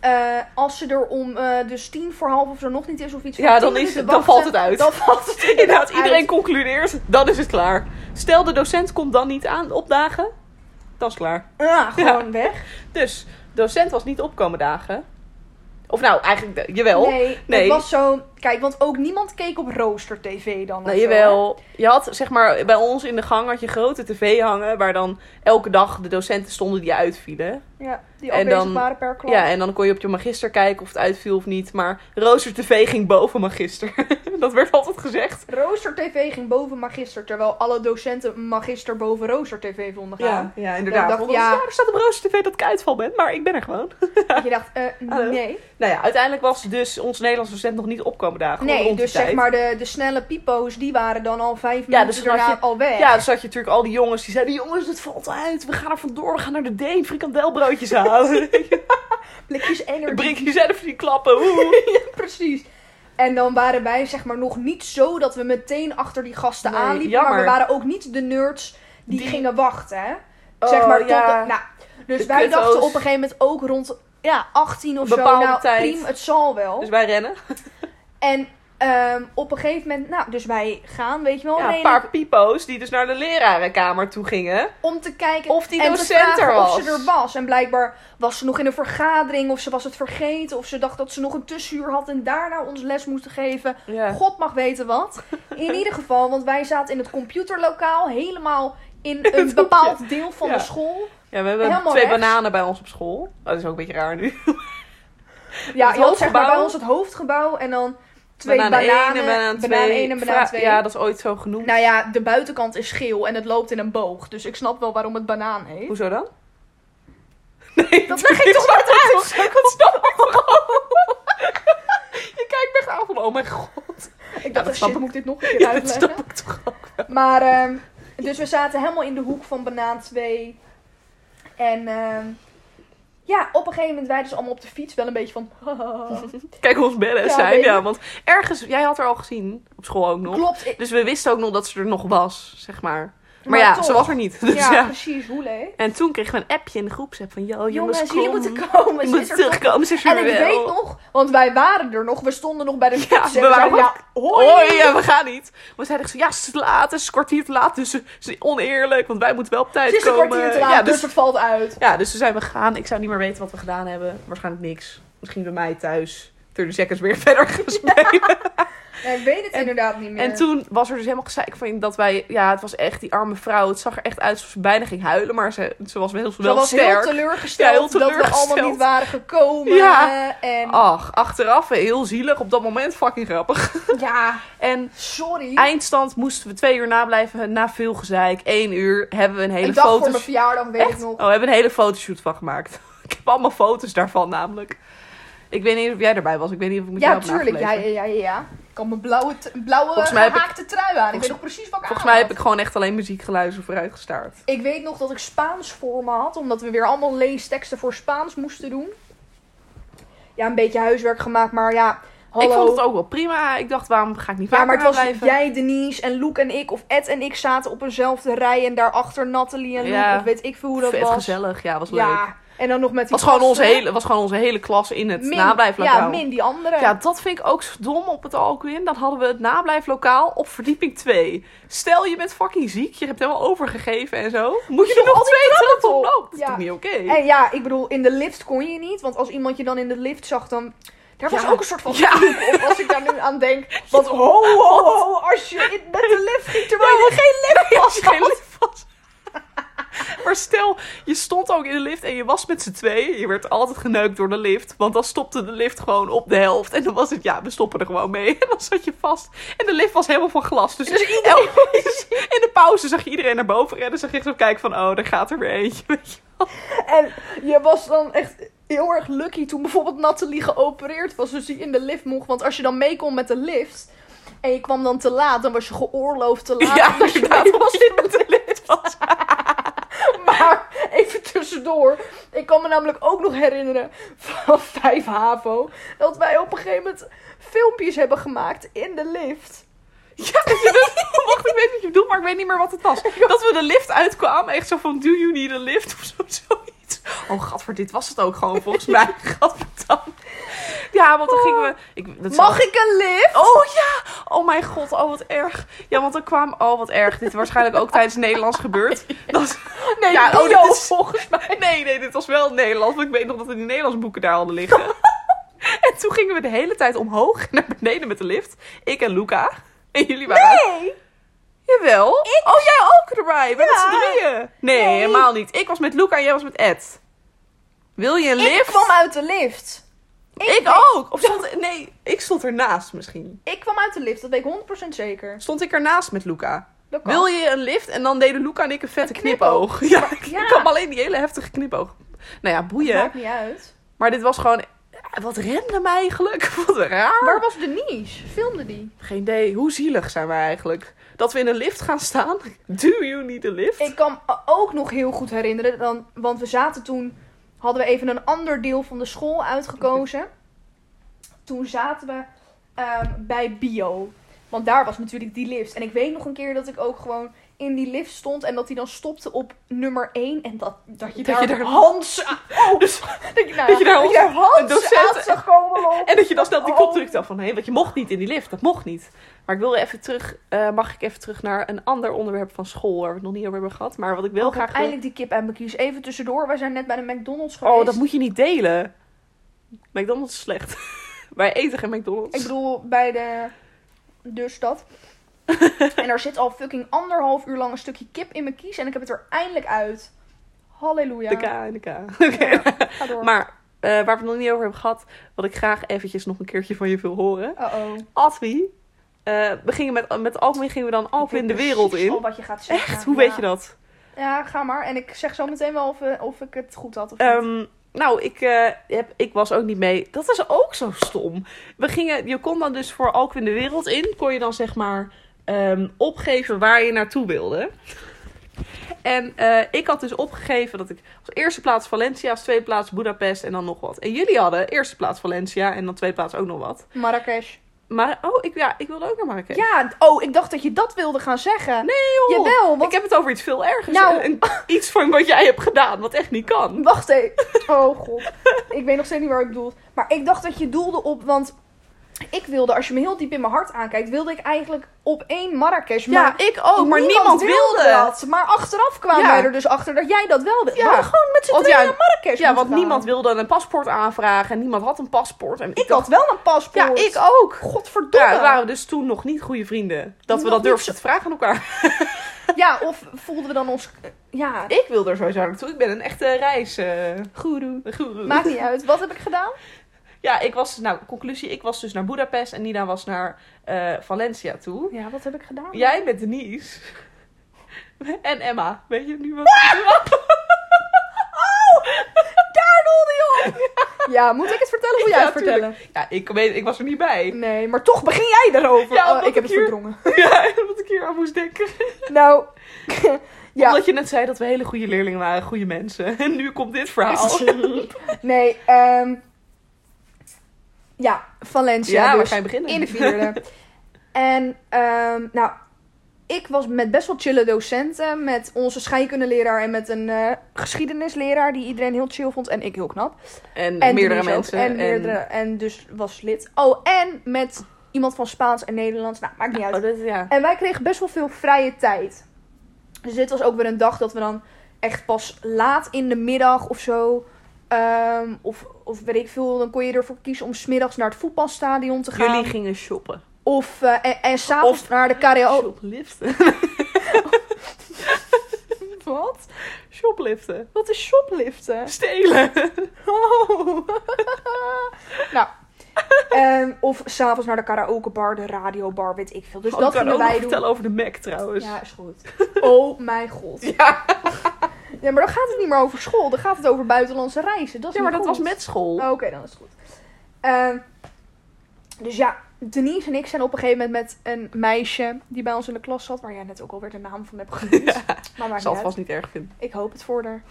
S1: eh, als ze er om eh, dus tien voor half of zo nog niet is of iets van
S2: Ja,
S1: tien
S2: dan, is,
S1: minuten
S2: het- dan
S1: wachten,
S2: valt het uit.
S1: Dan valt het
S2: Inderdaad,
S1: uit.
S2: iedereen concludeert, dan is het klaar. Stel de docent komt dan niet aan opdagen, dan is het klaar.
S1: Ja, gewoon weg.
S2: Dus, docent was niet opkomen dagen. Of nou, eigenlijk, de- jawel. Nee,
S1: Nee, het was zo... Kijk, want ook niemand keek op Rooster TV dan of zo, hè?
S2: Nou, jawel. Je had, zeg maar, bij ons in de gang had je grote tv hangen... waar dan elke dag de docenten stonden die uitvielen.
S1: Ja, die
S2: En
S1: afwezig
S2: dan-
S1: waren per klas.
S2: Ja, en dan kon je op je magister kijken of het uitviel of niet. Maar Rooster TV ging boven magister. dat werd altijd gezegd.
S1: Rooster TV ging boven Magister, terwijl alle docenten Magister boven Rooster TV vonden gaan.
S2: ja
S1: inderdaad.
S2: Dacht,
S1: Ja.
S2: ja. er staat op Rooster TV dat ik uitval ben, maar ik ben er gewoon.
S1: Dat je dacht, eh,
S2: Hallo?
S1: nee.
S2: Nou ja, uiteindelijk was dus ons Nederlands docent nog niet opkomen dagen.
S1: Nee,
S2: rond die
S1: dus zeg
S2: tijd.
S1: maar de, de snelle pipo's, die waren dan al vijf
S2: Ja,
S1: minuten
S2: dus dan had
S1: daarna
S2: je-
S1: al weg.
S2: Ja, dus had je natuurlijk al die jongens die zeiden: Jongens, het valt uit. We gaan er vandoor. We gaan naar de Deen frikandelbroodjes halen.
S1: Blikjes energie.
S2: Brink jezelf die klappen. woe.
S1: Precies. En dan waren wij zeg maar nog niet zo dat we meteen achter die gasten
S2: Nee,
S1: aanliepen. Maar we
S2: jammer.
S1: waren ook niet de nerds die,
S2: Die-
S1: gingen wachten, hè.
S2: Oh,
S1: zeg maar tot...
S2: ja.
S1: de- nou, dus
S2: De
S1: wij
S2: kutoost.
S1: dachten op een gegeven moment ook rond ja, 18 of
S2: Bepaalde
S1: zo. Nou,
S2: tijd.
S1: prima, het zal wel.
S2: Dus wij rennen.
S1: En ehm, op een gegeven moment, nou, dus wij gaan, weet je wel,
S2: Ja, een
S1: redelijk,
S2: paar pipo's die dus naar de lerarenkamer toe gingen.
S1: om te kijken
S2: Of die
S1: en te
S2: docent
S1: vragen
S2: er was.
S1: of ze er was. En blijkbaar was ze nog in een vergadering, of ze was het vergeten, of ze dacht dat ze nog een tussenuur had en daarna ons les moesten geven.
S2: Ja.
S1: God mag weten wat. In ieder geval, want wij zaten in het computerlokaal, helemaal in een
S2: hoekje.
S1: bepaald deel van
S2: Ja.
S1: de school.
S2: ja, we hebben
S1: Helemaal
S2: twee
S1: rechts.
S2: bananen bij ons op school. Dat is ook een beetje raar nu.
S1: Ja,
S2: Het
S1: je had zeg maar
S2: hoofdgebouw.
S1: bij ons het hoofdgebouw en dan twee
S2: banaan
S1: bananen,
S2: één en banaan twee.
S1: banaan één en banaan
S2: Fra-
S1: twee.
S2: Ja, dat is ooit zo genoemd.
S1: Nou ja, de buitenkant is geel en het loopt in een boog. Dus ik snap wel waarom het banaan heet.
S2: Hoezo dan? Nee,
S1: Dat leg ik toch
S2: wat uit? Dat snap ik gewoon. Je kijkt me echt aan van, oh mijn god.
S1: Ik
S2: dat
S1: dacht,
S2: snap
S1: shit,
S2: ik.
S1: moet ik dit nog een keer
S2: Ja, dat
S1: uitleggen?
S2: snap ik toch ook.
S1: Maar ehm, Dus we zaten helemaal in de hoek van banaan 2. En ehm, ja, op een gegeven moment wij dus allemaal op de fiets wel een beetje van...
S2: Kijk hoe ons bellen
S1: Ja,
S2: zijn.
S1: weet
S2: Ja,
S1: ik.
S2: want ergens, jij had haar al gezien. Op school ook nog.
S1: Klopt. ik-
S2: Dus we wisten ook nog dat ze er nog was, zeg maar. Maar,
S1: Maar
S2: ja,
S1: toch.
S2: ze was er niet. Dus
S1: ja,
S2: ja.
S1: precies. Hoe leuk.
S2: En toen kregen we een appje in de groepsapp van... Yo, jongens,
S1: Jongens,
S2: kom.
S1: jullie moeten komen.
S2: Je
S1: Ze is
S2: moet
S1: er toch.
S2: terugkomen, ze is
S1: En
S2: er
S1: ik
S2: wel.
S1: weet nog, want wij waren er nog. We stonden nog bij de fiets. en we
S2: we waren
S1: zeiden, ja,
S2: Hoi,
S1: hoi.
S2: ja, we gaan niet. Maar zij dacht zo, ja, ze is laat, ze is een kwartier te laat, dus ze ze is oneerlijk, want wij moeten wel op tijd
S1: Het is een
S2: komen.
S1: kwartier te laat,
S2: ja,
S1: dus...
S2: dus,
S1: het valt uit.
S2: ja, dus toen zijn we gegaan. Ik zou niet meer weten wat we gedaan hebben. Waarschijnlijk niks. Misschien bij mij thuis 30 seconds weer verder gespeeld.
S1: Nee, ik weet het
S2: En-
S1: inderdaad niet meer.
S2: En toen was er dus helemaal gezeik van dat wij... Ja, het was echt die arme vrouw. Het zag er echt uit alsof ze bijna ging huilen, maar ze, ze was wel,
S1: Ze
S2: wel
S1: was heel
S2: sterk.
S1: teleurgesteld,
S2: Ja, heel teleurgesteld.
S1: dat we allemaal niet waren gekomen.
S2: Ja. Oh.
S1: En
S2: Ach, achteraf heel zielig. Op dat moment fucking grappig.
S1: ja,
S2: En
S1: sorry.
S2: Eindstand moeisten we twee uur nablijven. Na veel gezeik, één uur, hebben we een hele
S1: Een dag voor
S2: foto.
S1: mijn verjaardag, weet ik
S2: Echt?
S1: nog.
S2: Oh, we hebben een hele fotoshoot van gemaakt. ik heb allemaal foto's daarvan namelijk. Ik weet niet of jij erbij was. Ik weet niet of ik met
S1: Ja,
S2: jou heb
S1: tuurlijk. Ja,
S2: nageleverd.
S1: ja, ja, ja, ja. Ik had mijn blauwe, t- blauwe
S2: Volgens mij heb ik-
S1: gehaakte trui aan. Ik
S2: Volgens-
S1: weet nog precies wat ik
S2: Volgens
S1: aan
S2: mij
S1: had.
S2: heb ik gewoon echt alleen muziekgeluiden vooruit gestaard.
S1: Ik weet nog dat ik Spaans voor me had, omdat we weer allemaal leesteksten voor Spaans moesten doen. Ja, een beetje huiswerk gemaakt, maar ja. Hallo.
S2: Ik vond het ook wel prima. Ik dacht, waarom ga ik niet
S1: ja,
S2: vaker
S1: maar het was
S2: nablijven?
S1: jij, Denise en Luke en ik, of Ed en ik zaten op eenzelfde rij en daarachter Nathalie en Luke,
S2: Ja.
S1: of weet ik veel hoe dat
S2: Vet
S1: was.
S2: gezellig. Ja, was leuk.
S1: Ja, en dan nog met die
S2: Was gewoon, onze
S1: gasten.
S2: hele, was gewoon onze hele klas in het
S1: Min-
S2: nablijflokaal.
S1: Ja, min die andere.
S2: Ja, dat vind ik ook zo dom op het Alcuin. Dan hadden we het nablijflokaal op verdieping 2. Stel, je bent fucking ziek, je hebt helemaal overgegeven en zo. Moet je,
S1: doet
S2: nog
S1: al die
S2: twee trappen
S1: trappen op.
S2: omhoog? Dat is
S1: Ja.
S2: toch niet oké?
S1: En ja, ik bedoel, in de lift kon je niet. Want als iemand je dan in de lift zag, dan... Daar was
S2: Ja.
S1: ook een soort van
S2: Ja.
S1: vloek op, als ik daar nu aan denk. Want ho, ho, ho, als je in, met de lift ging terwijl je geen lift
S2: Als
S1: was.
S2: Nou, je geen lift was. Maar stel, je stond ook in de lift en je was met z'n tweeën. Je werd altijd geneukt door de lift. Want dan stopte de lift gewoon op de helft. En dan was het, ja, we stoppen er gewoon mee. En dan zat je vast. En de lift was helemaal van glas. Dus, elke- in de pauze zag je iedereen naar boven rennen. Zag je zo kijken van, oh, daar gaat er weer eentje. Weet je
S1: En je was dan echt heel erg lucky toen bijvoorbeeld Nathalie geopereerd was. Dus die in de lift mocht. Want als je dan mee kon met de lift... En je kwam dan te laat, dan was je geoorloofd te laat.
S2: Ja,
S1: omdat je
S2: inderdaad,
S1: mee was.
S2: in de lift was.
S1: Maar even tussendoor. Ik kan me namelijk ook nog herinneren van 5 HAVO. Dat wij op een gegeven moment filmpjes hebben gemaakt in de lift.
S2: Ja, dat je dus, wacht, ik weet wat je bedoelt, maar ik weet niet meer wat het was. Dat we de lift uitkwamen, echt zo van, do you need a lift? Of zo, zoiets. Oh, gadver, dit was het ook gewoon volgens mij. Gadverdamme. Ja, want dan gingen we... Ik, dat
S1: Mag ik een lift?
S2: Oh ja! Oh mijn god, oh wat erg. Ja, want dan kwam... Oh, wat erg. Dit is waarschijnlijk ook tijdens Nederlands gebeurd. Dat,
S1: Nee,
S2: ja,
S1: Dio
S2: oh, dit is-
S1: volgens mij.
S2: Nee, nee, dit was wel Nederlands. Want ik weet nog dat we die Nederlands boeken daar hadden liggen. en toen gingen we de hele tijd omhoog en naar beneden met de lift. Ik en Luca. En jullie waren...
S1: Nee!
S2: Jawel. Oh, jij ook erbij. We
S1: Ja.
S2: met z'n drieën. Nee,
S1: Nee.
S2: helemaal niet. Ik was met Luca en jij was met Ed. Wil je een
S1: Ik
S2: lift?
S1: kwam uit de lift.
S2: Ik ook. Of stond... Nee, ik stond ernaast misschien.
S1: Ik kwam uit de lift, dat weet ik 100% zeker.
S2: Stond ik ernaast met Luca.
S1: Dat kan.
S2: Wil je een lift? En dan deden Luca en ik een vette
S1: Een
S2: knipoog.
S1: knipoog.
S2: Ja, ik
S1: Ja.
S2: kwam alleen die hele heftige knipoog. Nou ja, boeien.
S1: Maakt niet uit.
S2: Maar dit was gewoon... eh, Wat random eigenlijk. Wat raar.
S1: Waar was Denise? Filmde die?
S2: Geen idee. Hoe zielig zijn wij eigenlijk? Dat we in een lift gaan staan. Do you need a lift?
S1: Ik kan me ook nog heel goed herinneren, dan, want we zaten toen, hadden we even een ander deel van de school uitgekozen. Toen zaten we ehm, bij bio, want daar was natuurlijk die lift. En ik weet nog een keer dat ik ook gewoon in die lift stond en dat die dan stopte op nummer 1. En dat, dat je
S2: Dat
S1: daar,
S2: je daar-
S1: Hans aan- oh,
S2: Dus-
S1: dat je, nou,
S2: dat je daar Hans-
S1: Hans
S2: een docent-
S1: aan zag komen lopen.
S2: En dat je dan snel op die
S1: Oh.
S2: kop drukt dan van, hé, want je mocht niet in die lift, dat mocht niet. Maar ik wilde even terug, eh, mag ik even terug naar een ander onderwerp van school waar we het nog niet over hebben gehad. Maar wat ik wel
S1: Ik heb
S2: graag wil...
S1: eindelijk die kip uit mijn kies. Even tussendoor, wij zijn net bij de McDonald's geweest.
S2: Oh, dat moet je niet delen. McDonald's is slecht. Wij eten geen McDonald's.
S1: Ik bedoel, bij de, de stad. en daar zit al fucking anderhalf uur lang een stukje kip in mijn kies. En ik heb het er eindelijk uit. Halleluja.
S2: De K en de K. Oké.
S1: Ga door.
S2: Maar eh, waar we het nog niet over hebben gehad, wat ik graag eventjes nog een keertje van je wil horen.
S1: Uh-oh. Ik
S2: Advi, eh, we gingen met, met Alkwin gingen we dan Alkwin
S1: weet
S2: de wereld
S1: precies
S2: in.
S1: al wat je gaat zeggen.
S2: Echt, hoe
S1: Ja.
S2: weet je dat?
S1: Ja, ga maar. En ik zeg zo meteen wel of, eh, of ik het goed had of niet.
S2: Ehm, nou, ik, eh, heb, ik was ook niet mee. Dat is ook zo stom. We gingen, je kon dan dus voor Alk in de Wereld in, kon je dan zeg maar ehm, opgeven waar je naartoe wilde. En eh, ik had dus opgegeven dat ik als eerste plaats Valencia, als tweede plaats Budapest en dan nog wat. En jullie hadden eerste plaats Valencia en dan tweede plaats ook nog wat.
S1: Marrakesh.
S2: Maar, oh, ik, ja, ik wilde ook naar Marrakesh.
S1: Ja, oh, ik dacht dat je dat wilde gaan zeggen.
S2: Nee, joh.
S1: Jawel, want...
S2: Ik heb het over iets veel ergers.
S1: Nou.
S2: En iets van wat jij hebt gedaan, wat echt niet kan.
S1: Wacht even. Oh god. Ik weet nog steeds niet waar ik bedoel. Maar ik dacht dat je doelde op, want ik wilde, als je me heel diep in mijn hart aankijkt, wilde ik eigenlijk op één Marrakesh. maar
S2: ik ook, Oh, maar niemand wilde.
S1: dat. Maar achteraf kwamen
S2: Ja.
S1: wij er dus achter dat jij dat wel wilde.
S2: Ja.
S1: We hadden gewoon met z'n
S2: Want
S1: tweeën
S2: ja,
S1: naar Marrakesh
S2: Ja,
S1: moeten
S2: want
S1: gaan.
S2: niemand wilde een paspoort aanvragen en niemand had een paspoort. En ik,
S1: Ik
S2: dacht,
S1: had wel een paspoort.
S2: ja, ik ook.
S1: Godverdomme.
S2: Ja, waren we dus toen nog niet goede vrienden. Dat we
S1: Nog
S2: dat
S1: niet
S2: durfden
S1: zo-
S2: te vragen aan elkaar.
S1: Ja, of voelden we dan ons... Ja,
S2: Ik wil er sowieso naartoe. Ik ben een echte reis. eh,
S1: goeroe.
S2: guru.
S1: Maakt niet uit. Wat heb ik gedaan?
S2: Ja, ik was, nou, conclusie, ik was dus naar Budapest en Nina was naar eh, Valencia toe.
S1: Ja, wat heb ik gedaan?
S2: Jij met Denise. En Emma. Weet je nu wat ik bedoel?
S1: Daar doelde je op! Ja, moet ik het vertellen? Moet jij
S2: Ja,
S1: het
S2: tuurlijk.
S1: vertellen?
S2: Ja, ik, weet, ik was er niet bij.
S1: Nee, maar toch begin jij erover.
S2: Ja,
S1: Oh,
S2: omdat
S1: ik heb
S2: ik
S1: het
S2: hier-
S1: verdrongen.
S2: Ja, wat ik hier aan moest denken.
S1: Nou, ja.
S2: Omdat je net zei dat we hele goede leerlingen waren, goede mensen. En nu komt dit verhaal.
S1: Nee, ehm ja, Valencia
S2: Ja, waar
S1: dus.
S2: ga je beginnen?
S1: In de vierde. en, ehm, nou, ik was met best wel chille docenten. Met onze scheikundeleraar en met een eh, geschiedenisleraar die iedereen heel chill vond. En ik heel knap.
S2: En,
S1: En
S2: meerdere
S1: Denise ook.
S2: mensen.
S1: En, meerdere, en dus was lid. Oh, en met iemand van Spaans en Nederlands. Nou, maakt niet uit.
S2: Oh, dat, ja.
S1: En wij kregen best wel veel vrije tijd. Dus dit was ook weer een dag dat we dan echt pas laat in de middag of zo. ehm, of, of weet ik veel, dan kon je ervoor kiezen om smiddags naar het voetbalstadion te gaan.
S2: Jullie gingen shoppen.
S1: Of eh, en, en s'avonds
S2: Of-
S1: naar de KRO.
S2: Shopliften.
S1: Wat?
S2: Shopliften.
S1: Wat is shopliften?
S2: Stelen.
S1: Oh. nou. ehm, of s'avonds naar de karaokebar, de radiobar, weet ik veel. Dus
S2: Oh,
S1: dat
S2: ik kan
S1: gingen
S2: ook nog
S1: wij doen.
S2: vertellen over de Mac trouwens.
S1: Ja, is goed. Oh mijn god.
S2: Ja.
S1: Ja, maar dan gaat het niet meer over school. Dan gaat het over buitenlandse reizen. Dat is
S2: Ja, maar
S1: niet
S2: dat
S1: goed.
S2: was met school.
S1: Oh, Oké, dan is het goed. Ehm, dus ja, Denise en ik zijn op een gegeven moment met een meisje die bij ons in de klas zat, waar jij net ook alweer de naam van hebt genoemd. Maar
S2: Ik
S1: maakt
S2: zal
S1: niet
S2: het
S1: uit.
S2: vast niet erg vinden.
S1: Ik hoop het voor haar.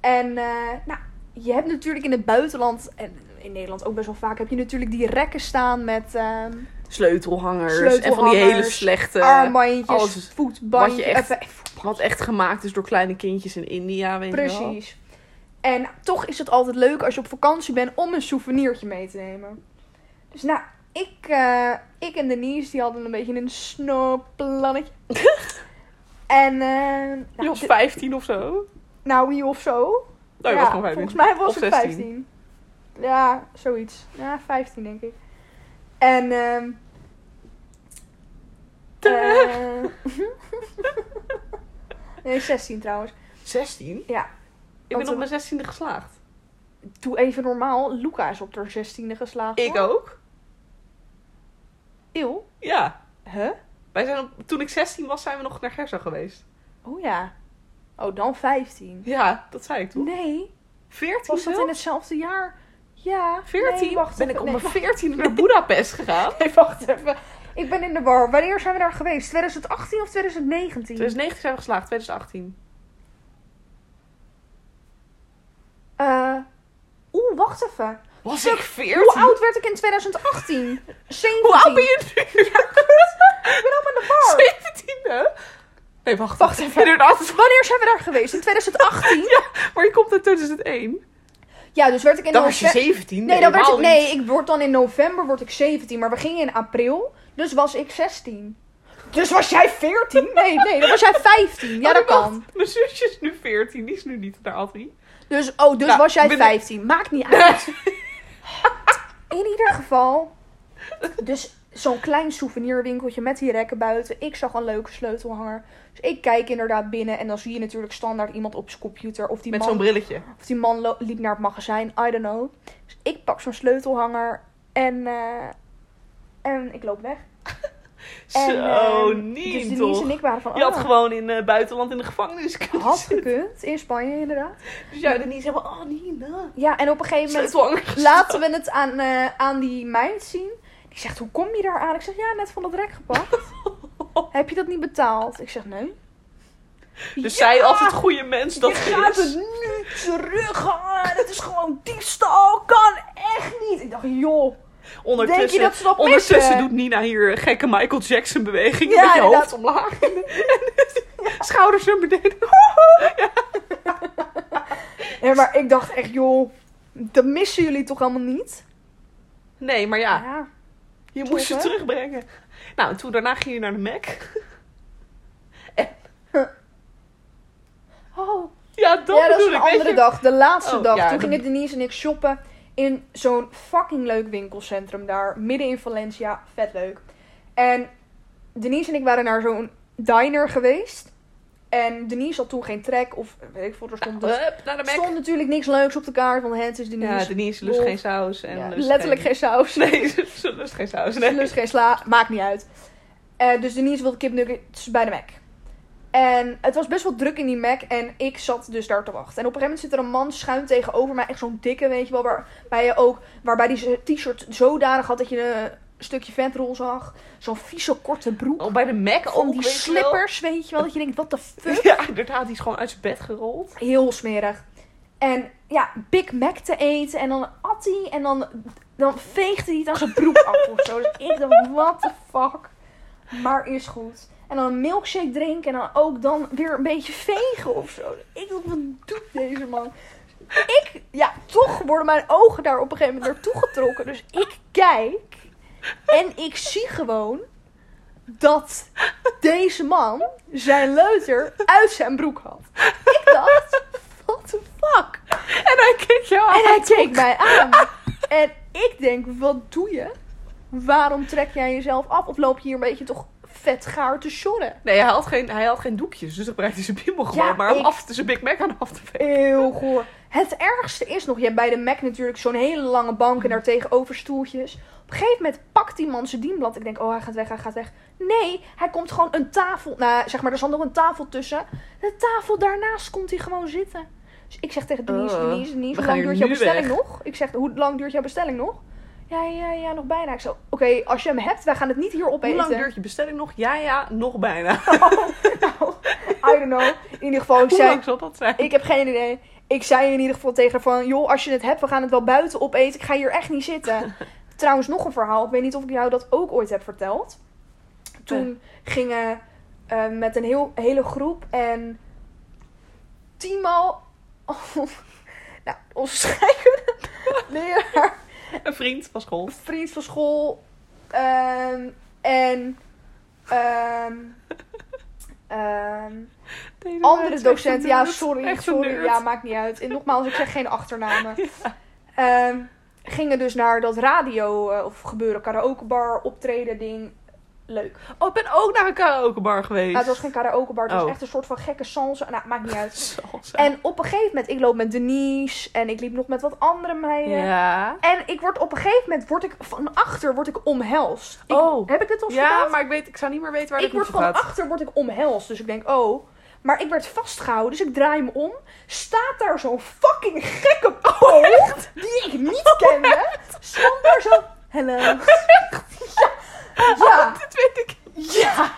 S1: En eh, nou, je hebt natuurlijk in het buitenland, en in Nederland ook best wel vaak, heb je natuurlijk die rekken staan met ehm
S2: Sleutelhangers. En van die hele
S1: Sleutelhangers,
S2: slechte. alles
S1: armbandjes,
S2: is-
S1: voetbandjes. eh,
S2: wat je echt-
S1: even-
S2: Wat echt gemaakt is door kleine kindjes in India. Weet Je wel.
S1: Precies. En toch is het altijd leuk als je op vakantie bent om een souvenirtje mee te nemen. Dus nou, ik, eh, ik en Denise die hadden een beetje een snoplannetje. en eh
S2: Je
S1: nou,
S2: was
S1: d-
S2: 15 of zo.
S1: nou, hier of zo.
S2: Nou,
S1: Ja,
S2: je was gewoon 15.
S1: Volgens mij was
S2: Of
S1: het
S2: 16.
S1: 15. Ja, zoiets. Ja, 15 denk ik. En ehm eh, nee, 16 trouwens.
S2: 16?
S1: Ja.
S2: Ik
S1: Want
S2: ben
S1: toen-
S2: op mijn 16e geslaagd.
S1: Doe even normaal. Luca is op haar 16e geslaagd.
S2: Ik ook.
S1: Eeuw.
S2: Ja.
S1: Huh?
S2: Wij zijn op, toen ik 16 was, zijn we nog naar Gerso geweest.
S1: Oh ja. Oh, dan 15.
S2: Ja, dat zei ik toen.
S1: Nee.
S2: 14
S1: Was dat
S2: wel?
S1: in hetzelfde jaar? Ja.
S2: 14?
S1: Nee, wacht
S2: ben ik
S1: even.
S2: op
S1: Nee,
S2: mijn 14 naar Budapest gegaan.
S1: wacht- Nee, wacht even. Ik ben in de war. Wanneer zijn we daar geweest? 2018 of 2019?
S2: 2019 zijn we geslaagd, 2018.
S1: Eh, Oeh, wacht even.
S2: Was
S1: Zo-
S2: ik 14?
S1: Hoe oud werd ik in 2018? 17.
S2: Hoe oud ben je nu?
S1: Ik ben op aan de war.
S2: 17 hè? Nee, wacht.
S1: Wacht even.
S2: Inderdaad.
S1: Wanneer zijn we daar geweest? In 2018? ja.
S2: Maar je komt uit 2001.
S1: dus werd ik in
S2: Dan was je
S1: november-
S2: 17.
S1: Nee, dan werd ik,
S2: helemaal
S1: nee
S2: niet.
S1: ik word dan in november word ik 17, maar we gingen in april, dus was ik 16. Dus was jij 14? Nee, nee, dan was jij 15. Ja,
S2: Oh,
S1: dat
S2: nee, wacht.
S1: kan.
S2: Mijn zusje is nu 14. Die is nu niet naar Adrie.
S1: Dus, oh, dus
S2: Nou,
S1: was jij
S2: ben ik-
S1: 15. Maakt niet uit. In ieder geval, dus zo'n klein souvenirwinkeltje met die rekken buiten. Ik zag een leuke sleutelhanger. Dus ik kijk inderdaad binnen en dan zie je natuurlijk standaard iemand op zijn computer. Of die
S2: Met
S1: man
S2: zo'n brilletje.
S1: Of die man lo- liep naar het magazijn, I don't know. Dus ik pak zo'n sleutelhanger en, eh, en ik loop weg. En,
S2: Zo,
S1: ehm,
S2: niet
S1: Dus Denise
S2: toch?
S1: en ik waren van,
S2: Je had
S1: oh,
S2: gewoon in het buitenland in de gevangenis kunnen
S1: had
S2: zitten.
S1: gekund. In Spanje inderdaad.
S2: Dus jij niet zeggen, oh Nina.
S1: Ja, en op een gegeven moment
S2: Sleutelhanger.
S1: laten we het aan, eh, aan die meid zien. Die zegt, hoe kom je daar aan? Ik zeg, ja, net van dat rek gepakt. Heb je dat niet betaald? Ik zeg, nee.
S2: Dus
S1: Ja!
S2: zij als het goede mens dat
S1: je
S2: ze
S1: gaat
S2: is.
S1: het nu terughalen. Het is gewoon diefstal. Kan echt niet. Ik dacht, joh.
S2: Ondertussen,
S1: Denk je dat ze dat
S2: ondertussen
S1: missen?
S2: doet Nina hier gekke Michael Jackson bewegingen
S1: Ja,
S2: met je
S1: inderdaad.
S2: hoofd omlaag. En schouders naar beneden.
S1: Ja, maar ik dacht echt, joh. Dat missen jullie toch allemaal niet?
S2: Nee, maar ja,
S1: Ja.
S2: je moest ze
S1: hè?
S2: terugbrengen. Nou, en toen daarna ging je naar de Mac. En,
S1: Oh.
S2: ja, dat
S1: ja, dat is
S2: bedoel
S1: een
S2: ik. weet
S1: andere
S2: je.
S1: dag. De laatste
S2: Oh,
S1: dag.
S2: ja,
S1: Toen
S2: dat-
S1: gingen Denise en ik shoppen in zo'n fucking leuk winkelcentrum daar. Midden in Valencia. Vet leuk. En Denise en ik waren naar zo'n diner geweest. En Denise had toen geen trek of weet ik veel, er stond
S2: Nou, hup, naar de
S1: Er
S2: Mac.
S1: stond natuurlijk niks leuks op de kaart, want het is Denise.
S2: Ja, Denise lust
S1: Wolf.
S2: geen saus. En
S1: Ja,
S2: lust
S1: letterlijk geen saus.
S2: Nee, ze, ze lust geen saus.
S1: Ze
S2: Nee.
S1: lust geen sla, maakt niet uit. Eh, dus Denise wilde kipnuggets bij de Mac. En het was best wel druk in die Mac en ik zat dus daar te wachten. En op een gegeven moment zit er een man schuin tegenover mij, echt zo'n dikke, weet je wel, waarbij je ook, waarbij die zijn t-shirt zodanig had dat je een stukje ventrol zag. Zo'n vieze korte broek.
S2: Oh, bij de Mac
S1: Van
S2: ook,
S1: die
S2: weet je wel.
S1: slippers, weet je wel, dat je denkt, wat de fuck?
S2: Ja, inderdaad, die is gewoon uit zijn bed gerold.
S1: Heel smerig. En ja, Big Mac te eten. En dan at hij. En dan, dan veegde hij het aan zijn broek af of zo. Dus ik dacht, what the fuck. Maar is goed. En dan een milkshake drinken. En dan ook dan weer een beetje vegen of zo. Dus Ik dacht, wat doet deze man? Ik, ja, toch worden mijn ogen daar op een gegeven moment naartoe getrokken. Dus ik kijk. En ik zie gewoon dat deze man zijn leuter uit zijn broek had. Ik dacht, what the fuck?
S2: En hij keek jou
S1: En
S2: aan.
S1: hij keek mij aan. En ik denk, wat doe je? Waarom trek jij jezelf af? Of loop je hier een beetje toch vet gaar te sjorren?
S2: Nee, hij had, geen, hij had geen doekjes, dus dan gebruikte hij zijn piemel gewoon.
S1: Ja,
S2: maar om
S1: ik-
S2: af te, zijn Big Mac aan af te vegen.
S1: Heel goor. Het ergste is nog, je hebt bij de Mac natuurlijk zo'n hele lange bank en daar tegenover stoeltjes. Op een gegeven moment pakt die man zijn dienblad. Ik denk, oh, hij gaat weg, hij gaat weg. Nee, hij komt gewoon een tafel. Nou, zeg maar, er zat nog een tafel tussen. De tafel daarnaast komt hij gewoon zitten. Dus ik zeg tegen Denise,
S2: Oh,
S1: Denise, Denise, hoe
S2: we gaan
S1: lang
S2: hier
S1: duurt jouw
S2: nu
S1: bestelling nog? Ik zeg, hoe lang duurt jouw bestelling nog? Ja, ja, ja, nog bijna. Ik zo, oké, als je hem hebt, wij gaan het niet hier
S2: Hoe
S1: opeten.
S2: lang duurt je bestelling nog? Ja, ja, nog bijna.
S1: Oh, nou, I don't know. In ieder geval, ik
S2: Hoe
S1: zei,
S2: lang zal dat zijn?
S1: Ik heb geen idee. Ik zei in ieder geval tegen haar van... joh, als je het hebt, we gaan het wel buiten opeten. Ik ga hier echt niet zitten. Trouwens, nog een verhaal. Ik weet niet of ik jou dat ook ooit heb verteld. Toen gingen eh, met een heel, hele groep en... Timo... nou, onze scheikunde leraar
S2: Een vriend van school.
S1: vriend van school. ehm, en... ehm, ehm,
S2: Deze meid
S1: andere
S2: is echt
S1: docent,
S2: een
S1: ja,
S2: nerd.
S1: sorry,
S2: Echt een
S1: sorry,
S2: nerd.
S1: ja, maakt niet uit. En nogmaals, ik zeg geen achternamen. Ehm, gingen dus naar dat radio eh, of gebeuren karaokebar optreden ding. Leuk.
S2: Oh, ik ben ook naar een karaokebar geweest.
S1: Nou, het was geen karaokebar, het
S2: Oh.
S1: was echt een soort van gekke salsa. Nou, maakt niet uit.
S2: Salsa.
S1: En op een gegeven moment, ik loop met Denise en ik liep nog met wat andere meiden.
S2: Ja.
S1: En eh, ik word op een gegeven moment, word ik van achter, word ik omhelst. Ik-
S2: Oh.
S1: Heb ik dit al verteld?
S2: Ja, maar ik, weet, ik zou niet meer weten waar
S1: ik
S2: dit
S1: word
S2: naartoe
S1: van
S2: gaat.
S1: achter word ik omhelst. Dus ik denk, oh. Maar ik werd vastgehouden, dus ik draai hem om. Staat daar zo'n fucking gekke
S2: Oh,
S1: poot die ik niet kende. Stond daar zo... Hello.
S2: Oh,
S1: Ja, ja,
S2: Dit weet ik.
S1: ja,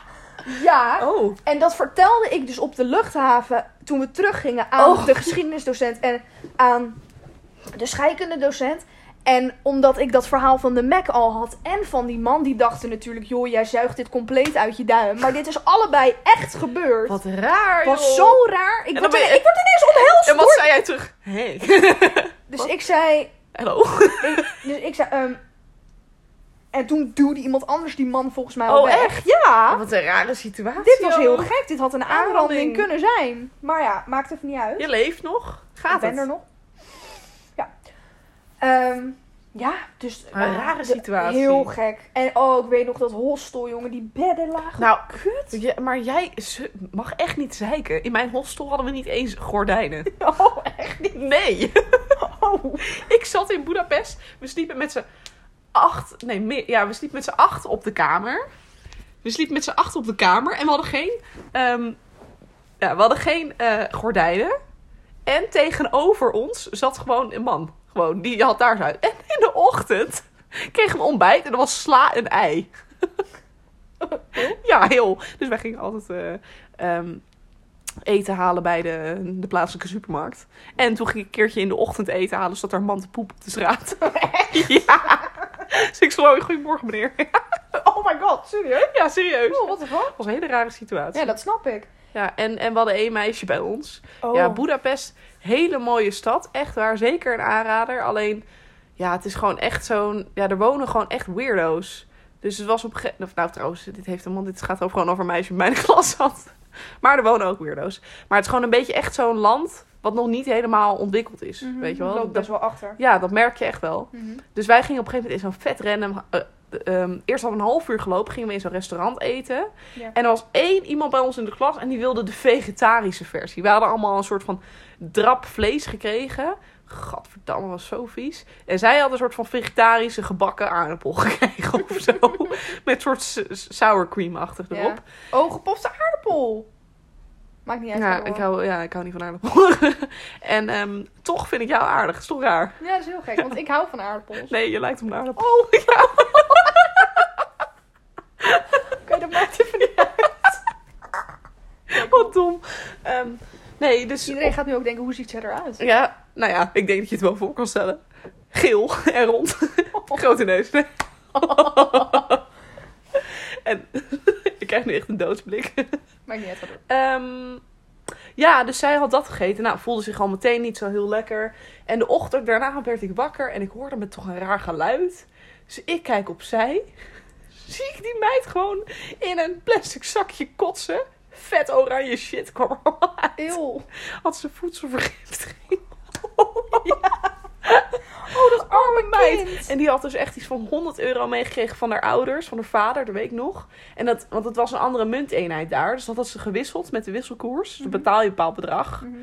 S1: ja.
S2: Oh.
S1: En dat vertelde ik dus op de luchthaven toen we teruggingen aan
S2: Oh.
S1: de geschiedenisdocent en aan de scheikundedocent. En omdat ik dat verhaal van de Mac al had en van die man, die dachten natuurlijk, joh, jij zuigt dit compleet uit je duim. Maar dit is allebei echt gebeurd.
S2: Wat raar, joh.
S1: was zo raar. Ik
S2: dan
S1: word,
S2: ben je-
S1: ine- ik word ineens omhelst.
S2: En wat
S1: door-
S2: zei jij terug? Hey.
S1: Dus ik zei,
S2: Hallo.
S1: ik, dus ik zei, ehm, en toen duwde iemand anders die man volgens mij al
S2: Oh,
S1: weg.
S2: echt?
S1: Ja.
S2: Wat een rare situatie.
S1: Dit was heel
S2: joh.
S1: gek. Dit had een
S2: Aanranding.
S1: aanranding kunnen zijn. Maar ja, maakt even niet uit.
S2: Je leeft nog. Gaat
S1: ik ben
S2: het?
S1: er nog. Ja. Ehm, ja, dus...
S2: Maar een Ah, rare
S1: de-
S2: situatie.
S1: Heel gek. En oh, ik weet nog dat hostel, jongen. Die bedden lagen.
S2: Nou,
S1: kut.
S2: Ja, maar jij ze- mag echt niet zeiken. In mijn hostel hadden we niet eens gordijnen.
S1: Oh, echt.
S2: Nee.
S1: Oh.
S2: Ik zat in Budapest. We sliepen met z'n acht. Nee, meer, ja, we sliepen met z'n acht op de kamer. We sliepen met z'n acht op de kamer. En we hadden geen. ehm, ja, we hadden geen eh, gordijnen. En tegenover ons zat gewoon een man. Gewoon, die had daar zijn. En in de ochtend kregen we ontbijt en er was sla en ei. Ja, heel. Dus wij gingen altijd. eh, ehm, eten halen bij de, de plaatselijke supermarkt. En toen ging ik een keertje in de ochtend eten halen, zodat er een man te poep op de straat. ja. Dus ik zei, goedemorgen meneer.
S1: Oh my god, serieus?
S2: ja, serieus.
S1: Oh, what the fuck?
S2: Dat was een hele rare situatie.
S1: Ja,
S2: Ja,
S1: dat snap ik.
S2: en, en we hadden één meisje bij ons.
S1: Oh.
S2: Ja, Budapest, hele mooie stad. Echt waar, zeker een aanrader. Alleen, ja, het is gewoon echt zo'n... Ja, er wonen gewoon echt weirdo's. Dus het was op een gege- of, Nou, trouwens, dit, heeft helemaal, dit gaat ook gewoon over een meisje in mijn klas had. Maar er wonen ook weirdo's. Maar het is gewoon een beetje echt zo'n land... wat nog niet helemaal ontwikkeld is.
S1: Mhm,
S2: Weet je wel?
S1: dat loopt
S2: Dat-
S1: best wel achter.
S2: ja, dat merk je echt wel.
S1: Mhm.
S2: Dus wij gingen op een gegeven moment in zo'n vet random... eh, ehm, eerst al een half uur gelopen, gingen we in zo'n restaurant eten.
S1: Ja.
S2: En er was één iemand bij ons in de klas en die wilde de vegetarische versie. We hadden allemaal een soort van drap vlees gekregen. Gadverdamme, was zo vies. En zij had een soort van vegetarische gebakken aardappel gekregen of zo. Met een soort s- s- sour cream achter
S1: Ja.
S2: erop.
S1: Oh, gepopte aardappel. Maakt niet
S2: Ja,
S1: uit. hoor.
S2: ik hou, ja, ik hou niet van aardappel. en ehm, toch vind ik jou aardig. Is toch raar?
S1: Ja, dat is heel gek, want ik hou van aardappels.
S2: Nee, je lijkt op een aardappel.
S1: Oh, ja. Oké, dat maakt even niet uit.
S2: Wat dom. Ehm, nee, dus...
S1: Iedereen gaat nu ook denken, hoe ziet ze eruit?
S2: Ja, nou ja, ik denk dat je het wel voor kan stellen. Geel en rond. Grote neus. Nee. en ik krijg nu echt een doodsblik.
S1: Maakt niet uit. wat het-
S2: Ehm, ja, dus zij had dat gegeten. Nou, voelde zich al meteen niet zo heel lekker. En de ochtend daarna werd ik wakker en ik hoorde me toch een raar geluid. Dus ik kijk opzij. Zie ik die meid gewoon in een plastic zakje kotsen. Vet oranje shit kwam er allemaal uit.
S1: Eeuw.
S2: Had ze voedselvergiftiging.
S1: Oh, dat arme
S2: meid.
S1: kind.
S2: En die had dus echt iets van 100 euro meegekregen van haar ouders, van haar vader, dat weet ik nog. En dat, want het was een andere munteenheid daar. Dus dat had ze gewisseld met de wisselkoers. Dus dan
S1: Mhm.
S2: betaal je een bepaald bedrag.
S1: Mhm.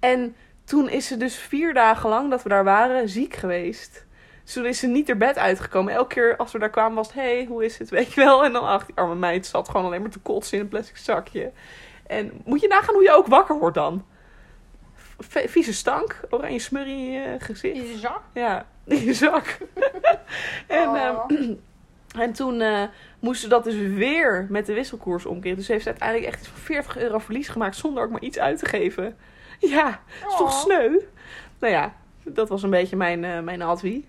S2: En toen is ze dus vier dagen lang dat we daar waren ziek geweest. Dus toen is ze niet ter bed uitgekomen. Elke keer als we daar kwamen was het, hé, hey, hoe is het, weet je wel. En dan, ach, die arme meid zat gewoon alleen maar te kotsen in een plastic zakje. En moet je nagaan hoe je ook wakker wordt dan. V- vieze stank, oranje smurrie in je gezicht.
S1: Je zak.
S2: Ja, in je zak. en,
S1: Oh.
S2: ehm, en toen eh moest ze dat dus weer met de wisselkoers omkeren. Dus heeft ze uiteindelijk echt iets van 40 euro verlies gemaakt zonder ook maar iets uit te geven. Ja, dat is toch
S1: Oh.
S2: sneu? Nou ja, dat was een beetje mijn, eh mijn advie.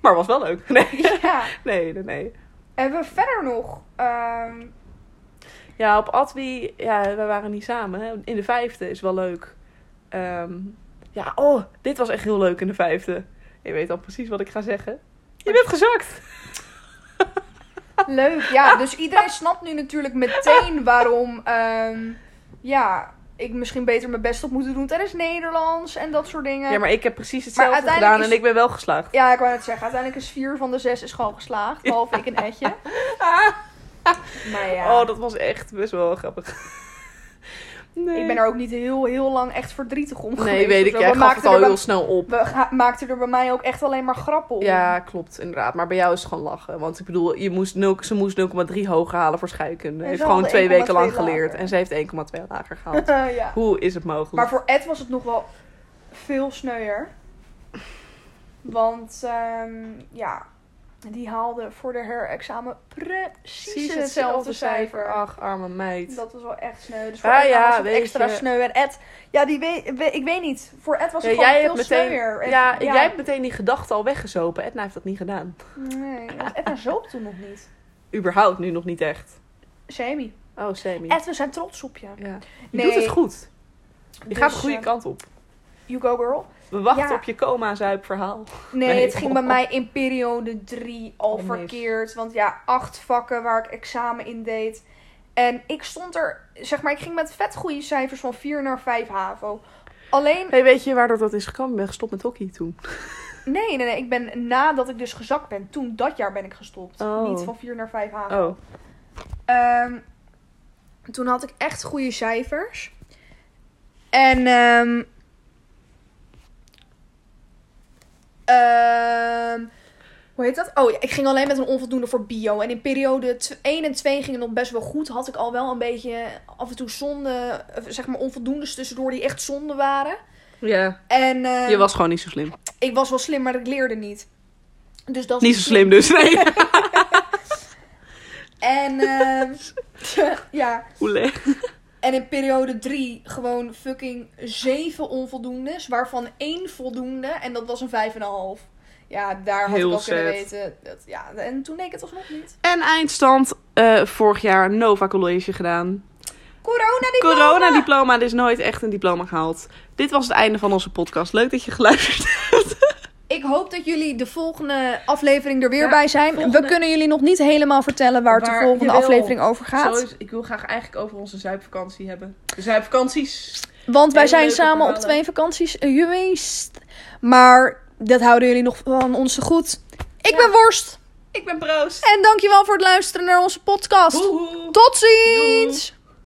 S2: Maar was wel leuk. Nee,
S1: Ja.
S2: nee, nee. nee.
S1: Hebben we verder nog... ehm,
S2: Ja, op Adwie, ja, we waren niet samen. Hè. In de vijfde is wel leuk. Ehm, ja, oh, dit was echt heel leuk in de vijfde. Je weet al precies wat ik ga zeggen. Je bent gezakt.
S1: Leuk,
S2: Ah.
S1: ja. Dus iedereen snapt nu natuurlijk meteen waarom ehm, ja, ik misschien beter mijn best op moet doen tijdens Nederlands en dat soort dingen.
S2: Ja, maar ik heb precies hetzelfde
S1: uiteindelijk
S2: gedaan en
S1: is-
S2: ik ben wel geslaagd.
S1: Ja, ik wou net zeggen, uiteindelijk is vier van de zes is gewoon geslaagd, behalve ik en Etje. Maar ja,
S2: Oh, dat was echt best wel grappig. Nee,
S1: ik ben er ook niet heel, heel lang echt verdrietig om geweest.
S2: Nee, weet
S1: of
S2: ik.
S1: zo.
S2: Jij
S1: we
S2: gaf het
S1: maakten
S2: al
S1: er bij-
S2: heel snel op.
S1: We ga- maakten er bij mij ook echt alleen maar grappen om.
S2: Ja, klopt, inderdaad. Maar bij jou is het gewoon lachen. Want ik bedoel, je moest nul, ze moest 0,3 hoger halen voor scheikunde.
S1: En
S2: Heeft
S1: ze
S2: gewoon
S1: had
S2: twee weken
S1: 1,2
S2: lang geleerd.
S1: lager.
S2: En ze heeft 1,2 lager gehaald.
S1: ja.
S2: Hoe is het mogelijk?
S1: Maar voor Ed was het nog wel veel sneuier. Want ehm, ja, die haalde voor de herexamen precies, hetzelfde cijfer.
S2: Ach, arme meid.
S1: Dat was wel echt sneu. Dus voor
S2: Ah
S1: Ed
S2: ja,
S1: was het
S2: weet
S1: extra
S2: je.
S1: sneu. En Ed, ja, die weet, we- ik weet niet. Voor Ed was
S2: Ja,
S1: het gewoon
S2: jij,
S1: veel
S2: hebt meteen,
S1: sneuier. En-
S2: ja, jij hebt meteen die gedachte al weggezopen. Edna heeft dat niet gedaan.
S1: Nee, want Edna zoop toen nog niet.
S2: Überhaupt nu nog niet echt.
S1: Sammy.
S2: Oh, Sammy.
S1: Ed, we zijn trots op je.
S2: Ja. Je
S1: Nee.
S2: doet het goed. Je
S1: Dus,
S2: gaat de goede
S1: eh,
S2: kant op.
S1: You go girl.
S2: We wachten
S1: ja.
S2: op je coma-zuipverhaal.
S1: Nee,
S2: Nee.
S1: het ging bij mij in periode 3 al
S2: Oh, mis.
S1: verkeerd. Want ja, acht vakken waar ik examen in deed. En ik stond er, zeg maar, ik ging met vet goede cijfers van 4 naar 5 HAVO. Alleen,
S2: Hey, weet je waardoor dat is gekomen? Ik ben gestopt met hockey toen.
S1: nee, nee, nee, ik ben nadat ik dus gezakt ben, toen dat jaar ben ik gestopt.
S2: Oh.
S1: Niet van 4 naar 5 HAVO.
S2: Oh.
S1: Ehm, toen had ik echt goede cijfers. En ehm, ehm, hoe heet dat? Oh ja, ik ging alleen met een onvoldoende voor bio. En in periode 1 en 2 ging het nog best wel goed. Had ik al wel een beetje af en toe zonde, eh, zeg maar onvoldoendes tussendoor die echt zonde waren.
S2: Ja.
S1: En ehm,
S2: Je was gewoon niet zo slim.
S1: ik was wel slim, maar ik leerde niet. Dus dat is
S2: Niet zo slim dus, nee.
S1: En ehm, ja.
S2: Oele.
S1: En in periode 3 gewoon fucking 7 onvoldoendes, waarvan één voldoende en dat was een 5,5. Ja, daar had
S2: Heel
S1: ik al kunnen
S2: sad.
S1: weten. Dat, ja, en toen deed ik het alsnog niet.
S2: En eindstand eh, vorig jaar Nova College gedaan.
S1: Corona diploma!
S2: Corona diploma, dus nooit echt een diploma gehaald. Dit was het einde van onze podcast. Leuk dat je geluisterd hebt.
S1: Ik hoop dat jullie de volgende aflevering er weer
S2: Ja,
S1: bij zijn.
S2: volgende-
S1: We kunnen jullie nog niet helemaal vertellen waar het de
S2: Waar-
S1: volgende
S2: jawel.
S1: aflevering over gaat.
S2: ik wil graag eigenlijk over onze zuipvakantie hebben. De zuipvakanties.
S1: Want wij
S2: Hele
S1: zijn
S2: leuke
S1: samen op
S2: verhalen.
S1: twee vakanties geweest. Maar dat houden jullie nog van ons te goed. Ik
S2: Ja.
S1: ben Worst.
S2: Ik ben proost.
S1: En dankjewel voor het luisteren naar onze podcast.
S2: Woehoe.
S1: Tot ziens!